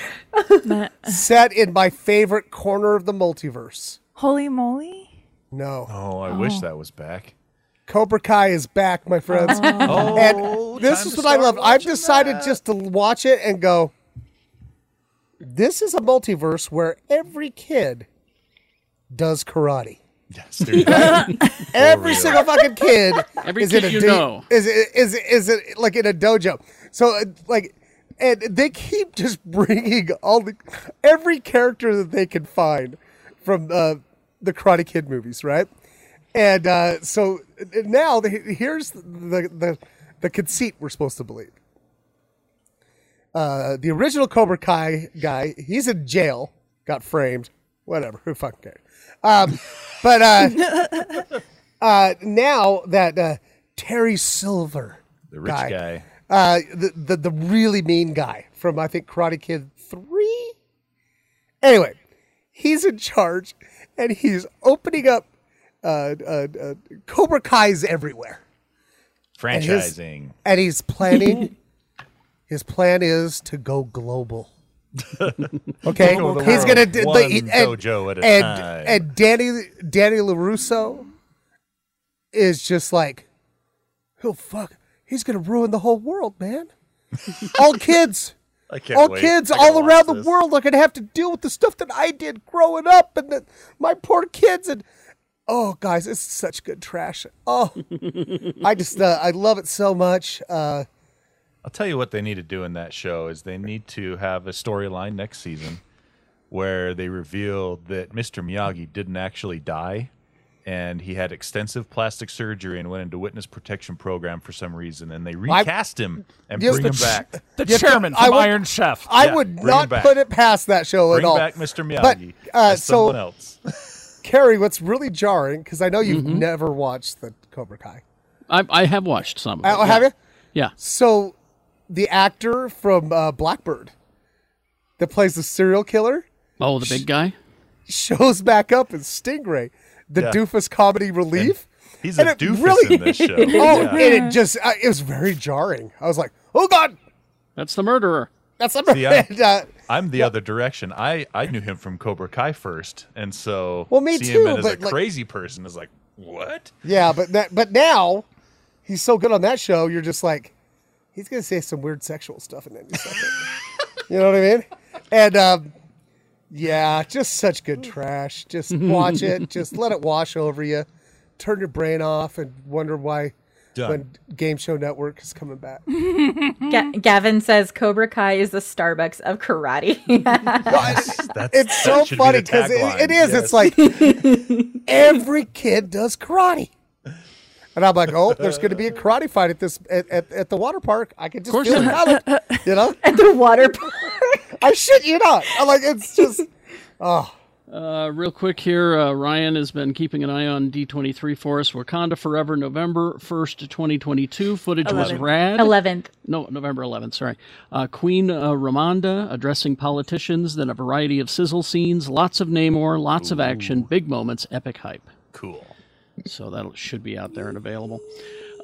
set in my favorite corner of the multiverse.
Holy moly.
No,
Oh, I wish that was back.
Cobra Kai is back, my friends.
Oh,
and this
time
is
to
what I
start
love. I've
watching
decided
that.
just to watch it and go. This is a multiverse where every kid does karate.
Yes, dude.
Every
real.
single fucking kid
Every
is
kid
in a
you
do-
know.
is is is it like in a dojo. So uh, like, and they keep just bringing all the every character that they can find from uh, the Karate Kid movies, right? And uh, so uh, now the, here's the, the the conceit we're supposed to believe. Uh, the original Cobra Kai guy, he's in jail, got framed, whatever. Who fucking cares? Um, but uh, uh, now that uh, Terry Silver,
the rich
guy.
guy.
uh, the, the the really mean guy from I think Karate Kid three. Anyway, he's in charge, and he's opening up uh, uh, uh, Cobra Kai's everywhere, his-
Franchising.
and he's planning. his plan is to go global. okay,
Go the
he's
world
gonna do
one
and,
dojo at a
and,
time.
and Danny Danny Larusso is just like, oh fuck, he's gonna ruin the whole world, man. all kids,
I can't
all
wait.
kids,
I gotta
all around
watch
the
this.
world are gonna have to deal with the stuff that I did growing up, and that my poor kids and. Oh, guys, it's such good trash. Oh, I just, uh, I love it so much. Uh,
I'll tell you what they need to do in that show is they need to have a storyline next season where they reveal that Mr. Miyagi didn't actually die and he had extensive plastic surgery and went into witness protection program for some reason and they recast him and
Yes,
bring
the
him
ch-
back.
The
Yeah,
chairman
I
from
would-
Iron Chef.
I
Yeah,
would
bring
not
him back.
put it past that show at
Bring
all.
back Mr.
But,
Miyagi
uh,
as
so,
someone else.
Carrie, what's really jarring because I know you've
Mm-hmm.
never watched the Cobra Kai.
I, I have watched some. Of it,
Uh,
yeah.
Have you?
Yeah.
So, the actor from uh, Blackbird that plays the serial killer
Oh, the big guy.
shows back up as Stingray, the
Yeah.
doofus comedy relief.
He's
And
a
it
doofus
really-
in this show.
oh,
Yeah.
and it just uh, it was very jarring. I was like, oh god,
That's the murderer.
that's a
See, I-
and, uh,
I'm the other direction. I, I knew him from Cobra Kai first, and so
Well, me
seeing
too,
him as
but,
a
like-
crazy person is like what?
Yeah, but that, but now he's so good on that show. You're just like, he's gonna say some weird sexual stuff in any second. you know what I mean? And um, yeah, just such good trash. Just watch it. Just let it wash over you. Turn your brain off and wonder why
Done.
when Game Show Network is coming back.
Ga- Gavin says Cobra Kai is the Starbucks of karate.
That's,
It's
that
so
should be
funny
the
because it,
tagline.
it is. It's
Yes.
like every kid does karate. And I'm like, oh, there's going to be a karate fight at this at, at, at the water park. I can just feel it coming, you know.
At the water park.
I shit you not. I'm like, it's just, oh.
Uh, real quick here, uh, Ryan has been keeping an eye on D23 for us. Wakanda Forever, November 1st, 2022. Footage was
11th.
rad.
11th.
No, November 11th, sorry. Uh, Queen uh, Ramonda addressing politicians, then a variety of sizzle scenes, lots of Namor, lots of action, big moments, epic hype.
Cool.
So that should be out there and available.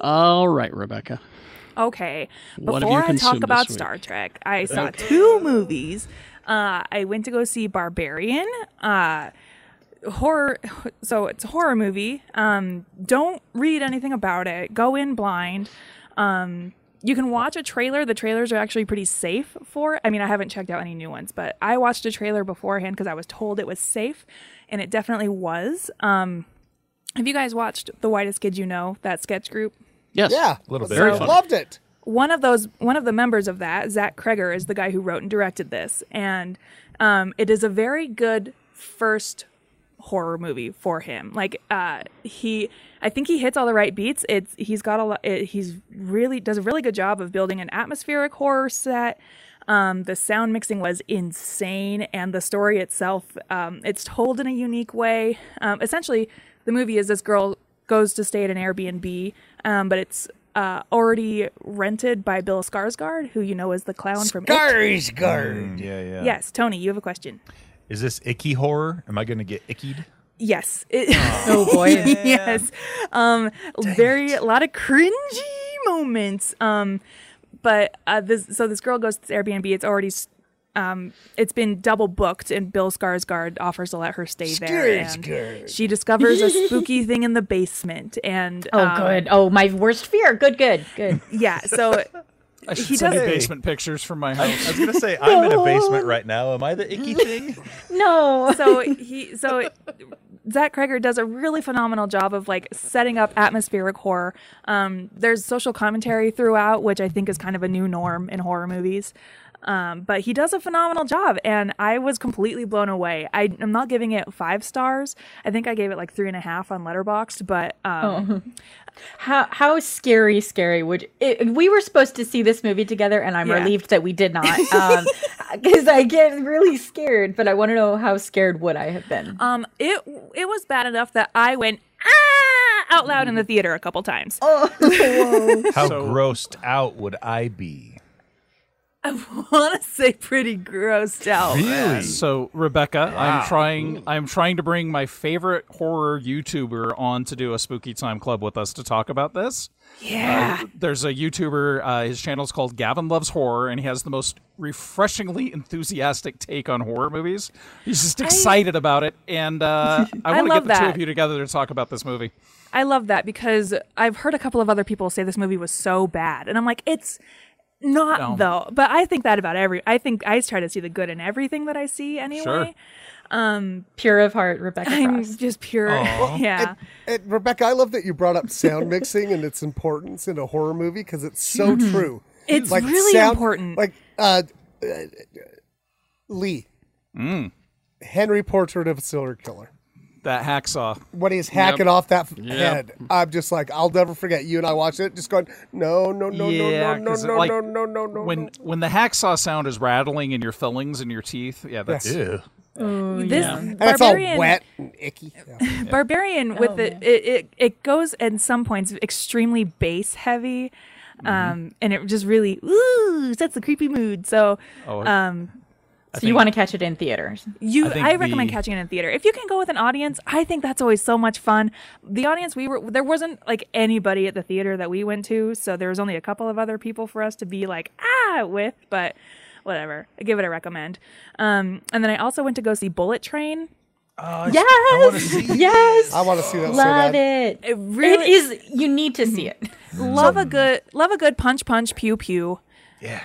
All right, Rebecca.
Okay.
What have you
Before I
consumed
talk
this
about
week?
Star Trek, I saw
Okay.
two movies. Uh, I went to go see Barbarian. Uh, horror so it's a horror movie um don't read anything about it go in blind um you can watch a trailer the trailers are actually pretty safe for i mean i haven't checked out any new ones but i watched a trailer beforehand because i was told it was safe and it definitely was um have you guys watched the whitest kid you know that sketch group
Yes.
Yeah.
Little bit.
Very
So-
Loved it.
one of those one of the members of that zach kreger is the guy who wrote and directed this and um, it is a very good first horror movie for him like uh, he i think he hits all the right beats it's he's got a lot it, he's really does a really good job of building an atmospheric horror set um, the sound mixing was insane and the story itself um, it's told in a unique way um, essentially the movie is this girl goes to stay at an Airbnb, um, but it's uh, already rented by Bill Skarsgård, who you know is the clown from It.
Mm, yeah, yeah.
Yes, Tony, you have a question.
Is this icky horror? Am I going to get ickied?
Yes. It-
Oh, boy.
yes. Um, very a lot of cringy moments. Um, but uh, this so this girl goes to this Airbnb. It's already. s- Um, it's been double booked, and Bill Skarsgård offers to let her stay there. And
Skarsgård.
she discovers a spooky thing in the basement, and
Oh,
um,
good. Oh, my worst fear. Good, good, good.
Yeah. So
I should
He
send you
doesn't-
basement pictures from my house.
I was going to say, I'm in a basement right now. Am I the icky thing?
No.
So he so Zach Kreger does a really phenomenal job of like setting up atmospheric horror. Um, there's social commentary throughout, which I think is kind of a new norm in horror movies. Um, but he does a phenomenal job, and I was completely blown away. I, I'm not giving it five stars. I think I gave it like three and a half on Letterboxd, but um,
Oh. How how scary scary would it, we were supposed to see this movie together and I'm
Yeah.
relieved that we did not um because I get really scared but I want to know how scared would I have been
Um, it it was bad enough that I went ah out loud in the theater a couple times.
Oh,
How
So-
grossed out would I be?
I want to say pretty grossed out.
So, Rebecca,
Wow.
I'm trying. I'm trying to bring my favorite horror YouTuber on to do a Spooky Time Club with us to talk about this.
Yeah.
Uh, there's a YouTuber. Uh, his channel's called Gavin Loves Horror, and he has the most refreshingly enthusiastic take on horror movies. He's just excited about it, and uh, I
I
want to
love
get the two
that.
of you together to talk about this movie.
I love that because I've heard a couple of other people say this movie was so bad, and I'm like, it's not
No.
though. But I think that about every. I think I try to see the good in everything that I see anyway. Um,
pure of heart, Rebecca.
I'm just pure.
Well,
yeah.
And, and Rebecca, I love that you brought up sound mixing and its importance in a horror movie because it's so
Mm-hmm.
Mhm.
true.
It's really important.
Like uh, uh, Lee,
Mm.
Henry Portrait of a Serial Killer.
That hacksaw.
When he's
Yep.
hacking off that f-
Yep.
head, I'm just like, I'll never forget. You and I watched it, just going, no, no, no,
Yeah,
no, no,
'cause it,
no,
like,
no, no, no, no.
when when the hacksaw sound is rattling in your fillings and your teeth, yeah, that's
this
Ew.
yeah.
and it's all
Barbarian-
wet and icky. Yeah.
Barbarian with it, it, it it goes at some points extremely bass heavy, um, and it just really ooh sets the creepy mood. So,
Oh, it-
um,
so you want to catch it in theaters
You,
I think
I, recommend
the-
catching it in theater. If you can go with an audience, I think that's always so much fun. The audience we were there wasn't like anybody at the theater that we went to, so there was only a couple of other people for us to be like ah with, but whatever. I give it a recommend. Um, and then I also went to go see Bullet Train.
Oh,
yes yes
I want to see that. so
love
bad.
it
It really Mm-hmm.
it is you need to see it Mm.
love a good love a good punch punch pew pew.
Yeah,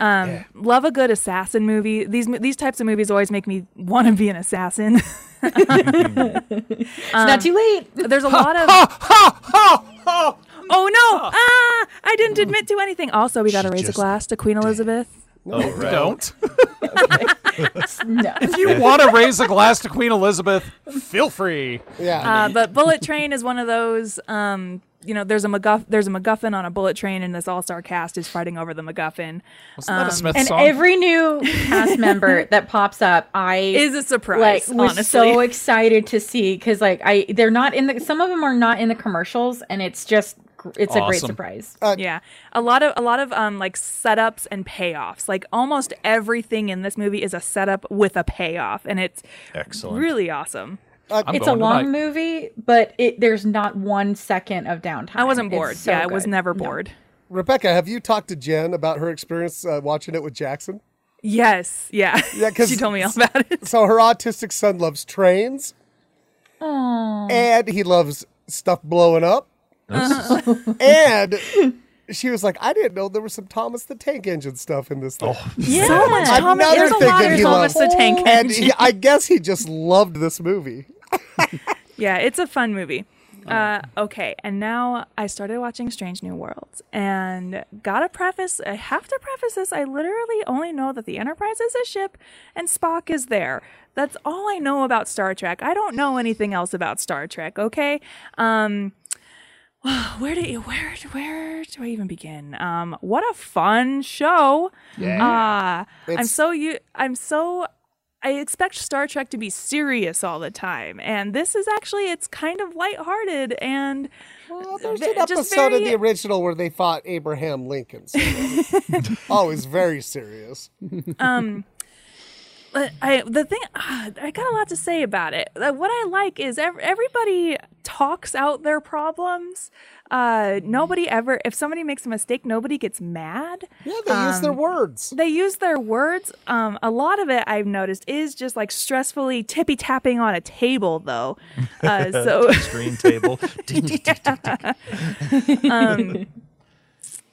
um, Love a good assassin movie. These mo- these types of movies always make me want to be an assassin.
it's
Um,
not too late
There's a lot of Oh no! Ah, I didn't admit to anything. Also, we got to raise a glass to Queen Elizabeth.
Oh, right.
Don't.
no.
If you want to raise a glass to Queen Elizabeth, feel free.
Yeah.
Uh, but Bullet Train is one of those. Um, you know, there's a MacGuff- there's a MacGuffin on a bullet train, and this all star cast is fighting over the MacGuffin.
Wasn't that a Smith
and every new cast member that pops up, I
Is a surprise,
Like, was
honestly.
so excited to see because like I, they're not in the. Some of them are not in the commercials, and it's just gr- it's a great
Awesome.
surprise.
yeah, a lot of a lot of um like setups and payoffs. Like almost everything in this movie is a setup with a payoff, and it's
Excellent.
really awesome.
Uh,
I'm
it's a
going
long
tonight.
movie, but it there's not one second of downtime.
I wasn't
It's
bored.
so
yeah, I was
good.
never bored.
Rebecca, have you talked to Jen about her experience uh, watching it with Jackson?
Yes, yeah.
Yeah, because
she told me all about it.
So her autistic son loves trains,
Aw.
and he loves stuff blowing up, and she was like, "I didn't know there was some Thomas the Tank Engine stuff in this thing."
yeah.
Oh. Thomas- there's a lot of Thomas the Tank
and
Engine.
he- I guess he just loved this movie.
Yeah, it's a fun movie. Uh, okay, and now I started watching Strange New Worlds, and gotta preface, I have to preface this. I literally only know that the Enterprise is a ship, and Spock is there. That's all I know about Star Trek. I don't know anything else about Star Trek. Okay, um, where do you where where do I even begin? Um, what a fun show! Yeah, I'm
It's-
so you I'm so I expect Star Trek to be serious all the time, and this is actually it's kind of lighthearted and
Well, there's
Th-
an
just
episode in
very-
the original where they fought Abraham Lincoln. so Always very serious.
But uh, I the thing ah, I got a lot to say about it. Like, What I like is ev- everybody talks out their problems. Uh, nobody ever if somebody makes a mistake, nobody gets mad.
Yeah, they use their words.
They use their words. Um, a lot of it I've noticed is just like stressfully tippy tapping on a table, though. Uh, so
Screen table.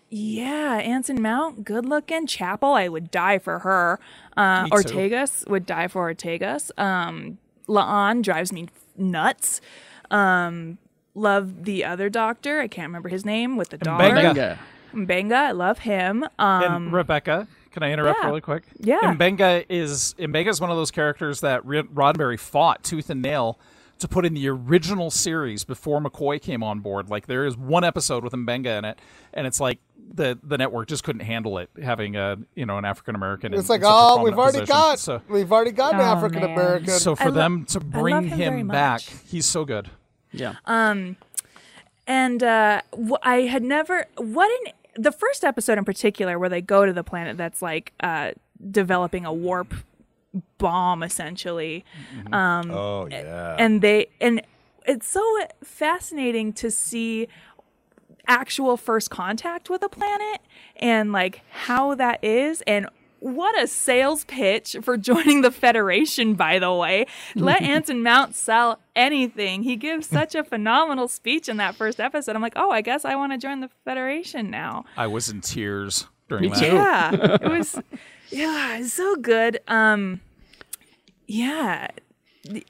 yeah, Anson Mount, good looking. Chapel, I would die for her. Uh,
Me too.
Ortegas would die for Ortegas. Um, Laan drives me nuts. Um, love the other doctor. I can't remember his name with the dog.
Mbenga.
Yeah.
Mbenga, I love him. Um,
And Rebecca, can I interrupt
yeah.
really quick?
Yeah.
Mbenga is Mbenga is one of those characters that Re- Roddenberry fought tooth and nail to put in the original series before McCoy came on board. Like there is one episode with Mbenga in it, and it's like the the network just couldn't handle it having a you know an African American.
It's like, oh, we've already got,
so.
we've already got an
Oh,
African American.
So for
lo-
them to
I love
bring
him very
him back,
much.
he's so good.
Yeah.
Um, and uh, wh- I had never what in the first episode in particular where they go to the planet that's like uh, developing a warp bomb essentially, um,
Oh yeah.
and they and it's so fascinating to see actual first contact with a planet and like how that is and what a sales pitch for joining the Federation, by the way. Let Anson Mount sell anything. He gives such a phenomenal speech in that first episode. I'm like, oh, I guess I want to join the Federation now.
I was in tears during
Me
that.
too.
Yeah. It was yeah, it's so good. Um yeah.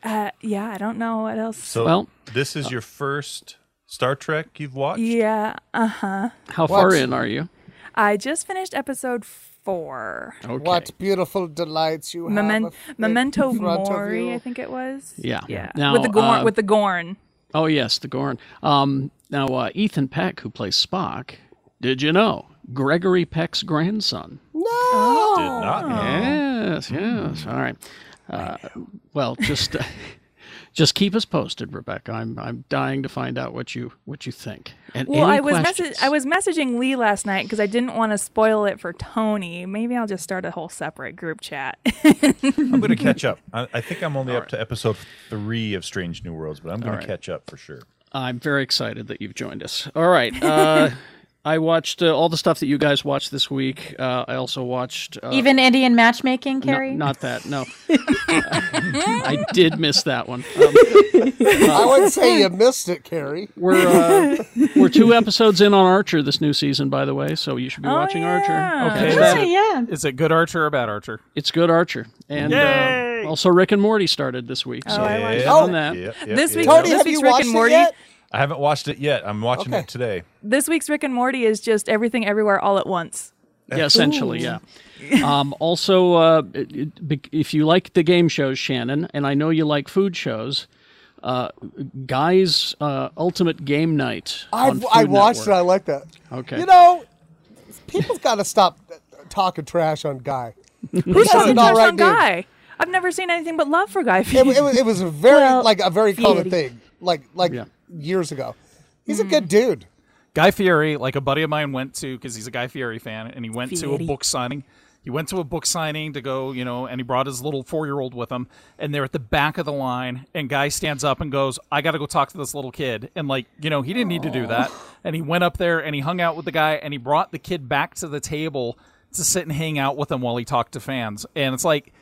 Uh, yeah, I don't know what else.
So
Well-
this is your first Star Trek you've watched.
Yeah, uh-huh.
How far in are you?
I just finished episode 4.
Okay.
What beautiful delights you
Memen-
have.
Memento
in front of
Mori,
you.
I think it was.
Yeah.
Yeah.
Now,
with the Gorn
uh,
with the Gorn.
Oh yes, the Gorn. Um, now uh, Ethan Peck, who plays Spock, did you know Gregory Peck's grandson?
No.
Did not. know.
Yes, yes. All right. Uh, well, just uh, just keep us posted, Rebecca. I'm I'm dying to find out what you what you think. And
Well,
any
I was
questions?
messa- I was messaging Lee last night because I didn't want to spoil it for Tony. Maybe I'll just start a whole separate group chat.
I'm going to catch up. I, I think I'm only up to episode three of Strange New Worlds, but I'm going to catch up for sure.
I'm very excited that you've joined us. All right. Uh, I watched uh, all the stuff that you guys watched this week. Uh, I also watched uh,
Even Indian matchmaking,
No,
Carrie.
not that. No, I did miss that one. Um,
I would say you missed it, Carrie.
we're uh, we're two episodes in on Archer this new season, by the way. So you should be watching
Oh, yeah.
Archer.
Okay,
that's
that's
Yeah,
it.
yeah.
Is it good Archer or bad Archer?
it's good Archer, and uh, also Rick and Morty started this week. So
Oh, I watched
get
Yeah.
on that.
Oh, Yep, yep,
this
yep.
week's,
Tony,
this
have
week's
you
Rick
watched
and
it
Morty.
yet?
I haven't watched it yet. I'm watching
Okay.
it today.
This week's Rick and Morty is just everything everywhere all at once.
Yeah, essentially, yeah. Um, also, uh, it- it- be- if you like the game shows, Shannon, and I know you like food shows, uh, Guy's uh, Ultimate Game Night. on
I've,
Food
I watched uh,
Network.
it. I like that.
Okay.
You know, people's got to stop talking trash on Guy.
Who's talking
an all
trash
right
on
dude.
Guy? I've never seen anything but love for Guy
It,
Fieri.
wa- it, was, it was a very
Well,
like a very common
Fieri.
thing, like like
Yeah.
years ago. He's
Hmm.
a good dude.
Guy Fieri, like a buddy of mine went to because he's a Guy Fieri fan, and he went to a
Fieri.
book signing. He went to a book signing to go, you know, and he brought his little four year old with him. And they're at the back of the line, and Guy stands up and goes, "I got to go talk to this little kid." And like, you know, he didn't need to do that. And he went up there and he hung out with the guy, and he brought the kid back to the table to sit and hang out with him while he talked to fans. And it's like,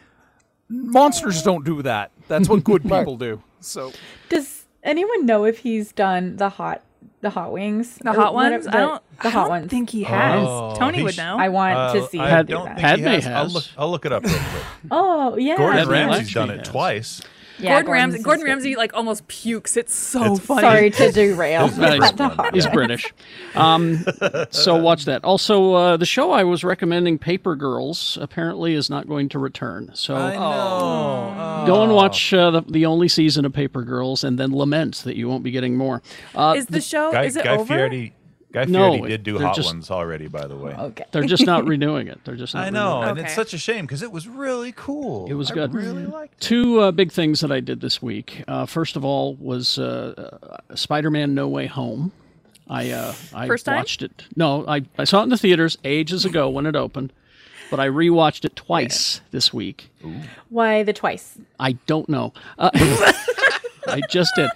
monsters don't do that. That's what good people do. So
Does anyone know if he's done the hot the hot wings?
The hot
Or what-
ones?
The,
I don't-
The
I
hot
don't
ones.
think he has.
Oh,
Tony
he
would
sh-
know.
I want to
Uh,
see.
I
him do
don't think
that.
he has. I'll look. I'll look it up. Real quick.
Oh yeah.
Gordon
That's
Ramsay's
nice.
done it twice.
Yeah,
Gordon Ramsay.
Gordon's
Gordon
is-
Ramsay like almost pukes. It's so
It's-
funny.
Sorry to derail.
He's British. He's British. Um, so watch that. Also, uh, the show I was recommending, Paper Girls, apparently is not going to return. So
Oh.
go and watch uh, the, the only season of Paper Girls, and then lament that you won't be getting more. Uh,
Is the show?
Guy,
is it
Guy
over?
Fieri. Guy
No,
Fieri did do
they're
hot
just- Oh,
ones already, by the way.
Okay.
They're just not renewing it. They're just not.
I know,
renewing
and it's
Okay.
such a shame because it was really cool.
It was
I
good.
Really liked.
Two uh, big things that I did this week. Uh, first of all was uh, uh, Spider-Man: No Way Home. I uh, I
First time?
watched it. No, I, I saw it in the theaters ages ago when it opened, but I rewatched it twice this week.
Why the twice?
I don't know. Uh, I just did,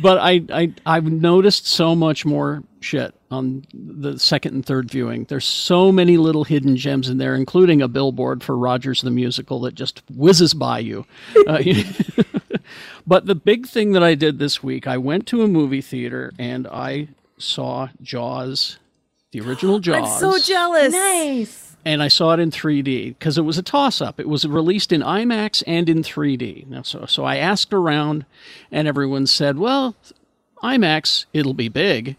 but I, I I've noticed so much more shit on the second and third viewing. There's so many little hidden gems in there, including a billboard for Rogers the Musical that just whizzes by you. Uh, you- but the big thing that I did this week, I went to a movie theater and I saw Jaws, the original
I'm
Jaws
so jealous.
Nice.
and I saw it in 3D because it was a toss up. It was released in IMAX and in 3D. Now, so, so I asked around, and everyone said, well, IMAX, it'll be big,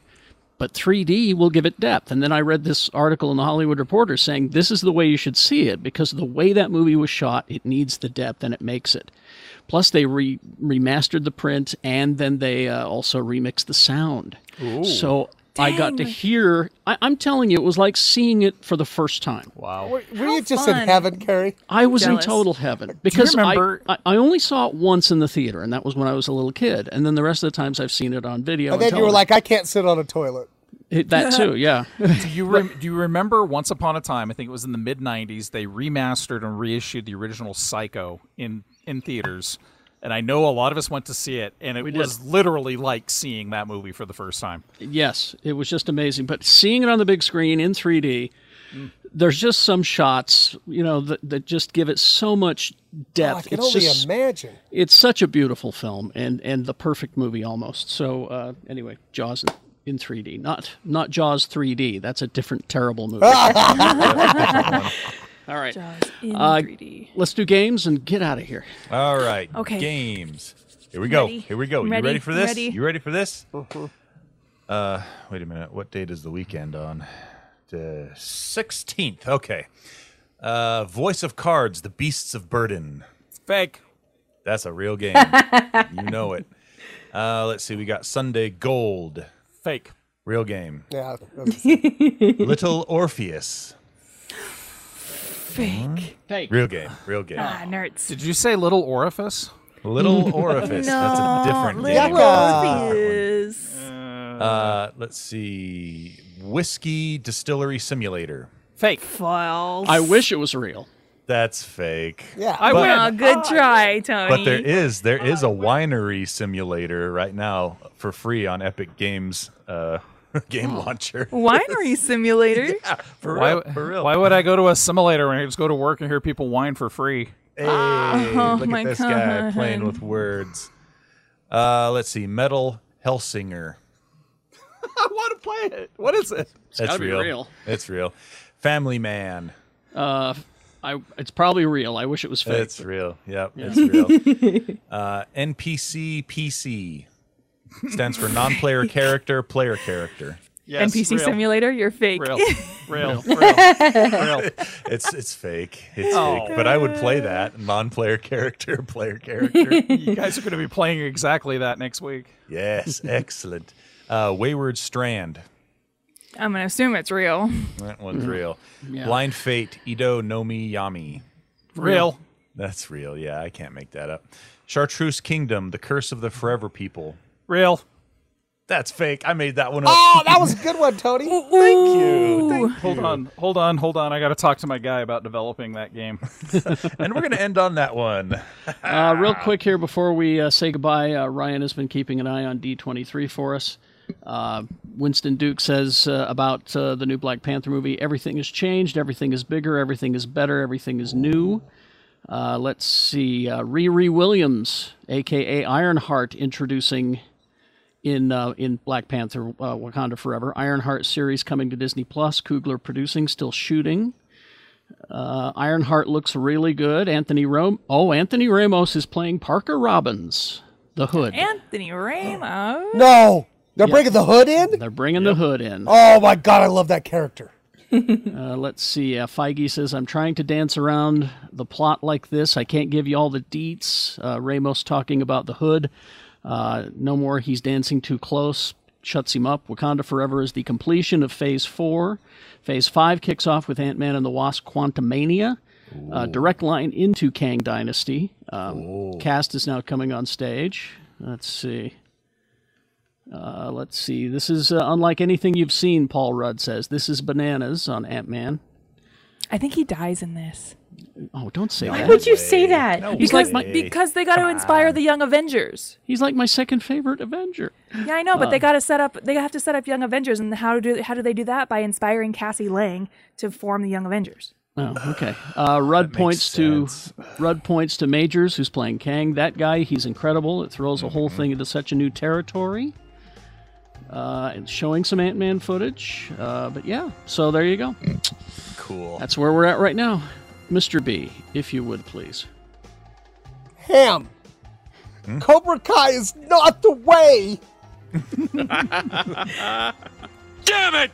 but 3D will give it depth. And then I read this article in the Hollywood Reporter saying this is the way you should see it because the way that movie was shot, it needs the depth and it makes it. Plus, they re- remastered the print and then they uh, also remixed the sound. So I got to
Dang.
hear, I- I'm telling you, it was like seeing it for the first time.
Wow.
Were you just
fun.
in heaven, Carrie?
I was
Jealous.
in total heaven because I-
remember-
I, I only saw it once in the theater, and that was when I was a little kid. And then the rest of the times I've seen it on video.
And then you were like, I can't sit on a toilet.
like, that too, yeah.
Do you rem- do you remember once upon a time? I think it was in the mid '90s. They remastered and reissued the original Psycho in in theaters, and I know a lot of us went to see it, and it
did.
was literally like seeing that movie for the first time.
yes, it was just amazing. But seeing it on the big screen in 3D, there's just some shots, you know, that, that just give it so much
Oh, I
depth.
can
it's
only
just,
imagine.
it's such a beautiful film and and the perfect movie almost. So uh, anyway, Jaws. In, in 3D, not not Jaws 3D. That's a different terrible movie. All right.
In
Uh,
3D.
Let's do games and get out of here.
All right.
Okay.
Games. Here we go.
Ready.
Here we go. You
Ready.
ready for this?
Ready.
You ready for this? Uh, wait a minute. What date is the weekend on? The sixteenth. Okay. Uh, Voice of Cards: The Beasts of Burden.
Fake.
That's a real game. you know it. Uh, let's see. We got Sunday Gold.
Fake.
Real game.
Yeah. that's-
Little Orpheus. Mm-hmm.
Fake.
Fake.
Real game. Real game.
Ah, nerds.
Did you say Little Orifice?
Little Orifice. That's a different game.
Yucca.
Is
Uh, let's see. Whiskey Distillery Simulator.
Fake.
false.
I wish it was real.
That's fake.
Yeah.
I
But-
Oh,
win.
good try, Tony.
But there is there is a winery simulator right now for free on Epic Games uh, game
Oh.
launcher.
winery simulator.
For
Why,
real, for real.
why would I go to a simulator when I just go to work and hear people whine for free?
Hey,
Oh
look
my
at this guy
God.
playing with words. Uh, let's see, Metal Hellsinger.
I want to play it. What is it?
That's
gotta be
real.
real.
It's real. Family Man.
Uh, I it's probably real. I wish it was fake.
It's real. Yep, it's real. Uh, NPC PC stands for non-player character, player character. Yes,
NPC
real.
simulator, you're fake.
Real.
Real. it's it's fake. It's
Oh.
fake. But I would play that non-player character, player character.
you guys are going to be playing exactly that next week.
yes, excellent. Uh, Wayward Strand.
I'm gonna assume it's real.
That one's
Mhm.
real.
Yeah.
Blind Fate, Ido Nomi Yami.
Real.
That's real. Yeah, I can't make that up. Chartreuse Kingdom, The Curse of the Forever People.
Real.
That's fake. I made that one up.
Oh, that was a good one, Tony. Thank you. Thank
Hold
you.
on, hold on, hold on. I got to talk to my guy about developing that game.
and we're going to end on that one.
uh, real quick here before we uh, say goodbye, uh, Ryan has been keeping an eye on D23 for us. Uh, Winston Duke says uh, about uh, the new Black Panther movie everything has changed, everything is bigger, everything is better, everything is new. Uh, let's see. Uh, Riri Williams, aka Ironheart, introducing in uh, in Black Panther uh, Wakanda Forever. Ironheart series coming to Disney Plus. Kugler producing, still shooting. Uh, Ironheart looks really good. Anthony Rom. Oh, Anthony Ramos is playing Parker Robbins, the Hood.
Anthony Ramos.
No, they're bringing the hood in.
They're bringing the Hood in.
Oh my god, I love that character.
Uh, let's see. Uh, Feige says, I'm trying to dance around the plot like this. I can't give you all the deets. Uh, Ramos talking about the hood. Uh, no more. He's dancing too close. Shuts him up. Wakanda Forever is the completion of Phase 4. Phase 5 kicks off with Ant Man and the Wasp Quantumania. Uh, direct line into Kang Dynasty. Um, cast is now coming on stage. Let's see. Uh, let's see. This is uh, unlike anything you've seen, Paul Rudd says. This is bananas on Ant Man.
I think he dies in this.
Oh, don't say
Why
that.
would you say that?
He's
because
like my,
because they got to inspire the young Avengers.
he's like my second favorite Avenger.
Yeah, I know, but they
Um,
got to set up. They have to set up Young Avengers, and how do how do they do that by inspiring Cassie Lang to form the Young Avengers?
Oh, okay. Uh, Rudd points to Rudd points to Majors, who's playing Kang. That guy, he's incredible. It throws the whole thing into such a new territory. Uh, and showing some Ant Man footage, uh, but yeah. So there you go.
Cool.
That's where we're at right now, Mr. B. If you would please.
Ham. Cobra Kai is not the way.
Damn it!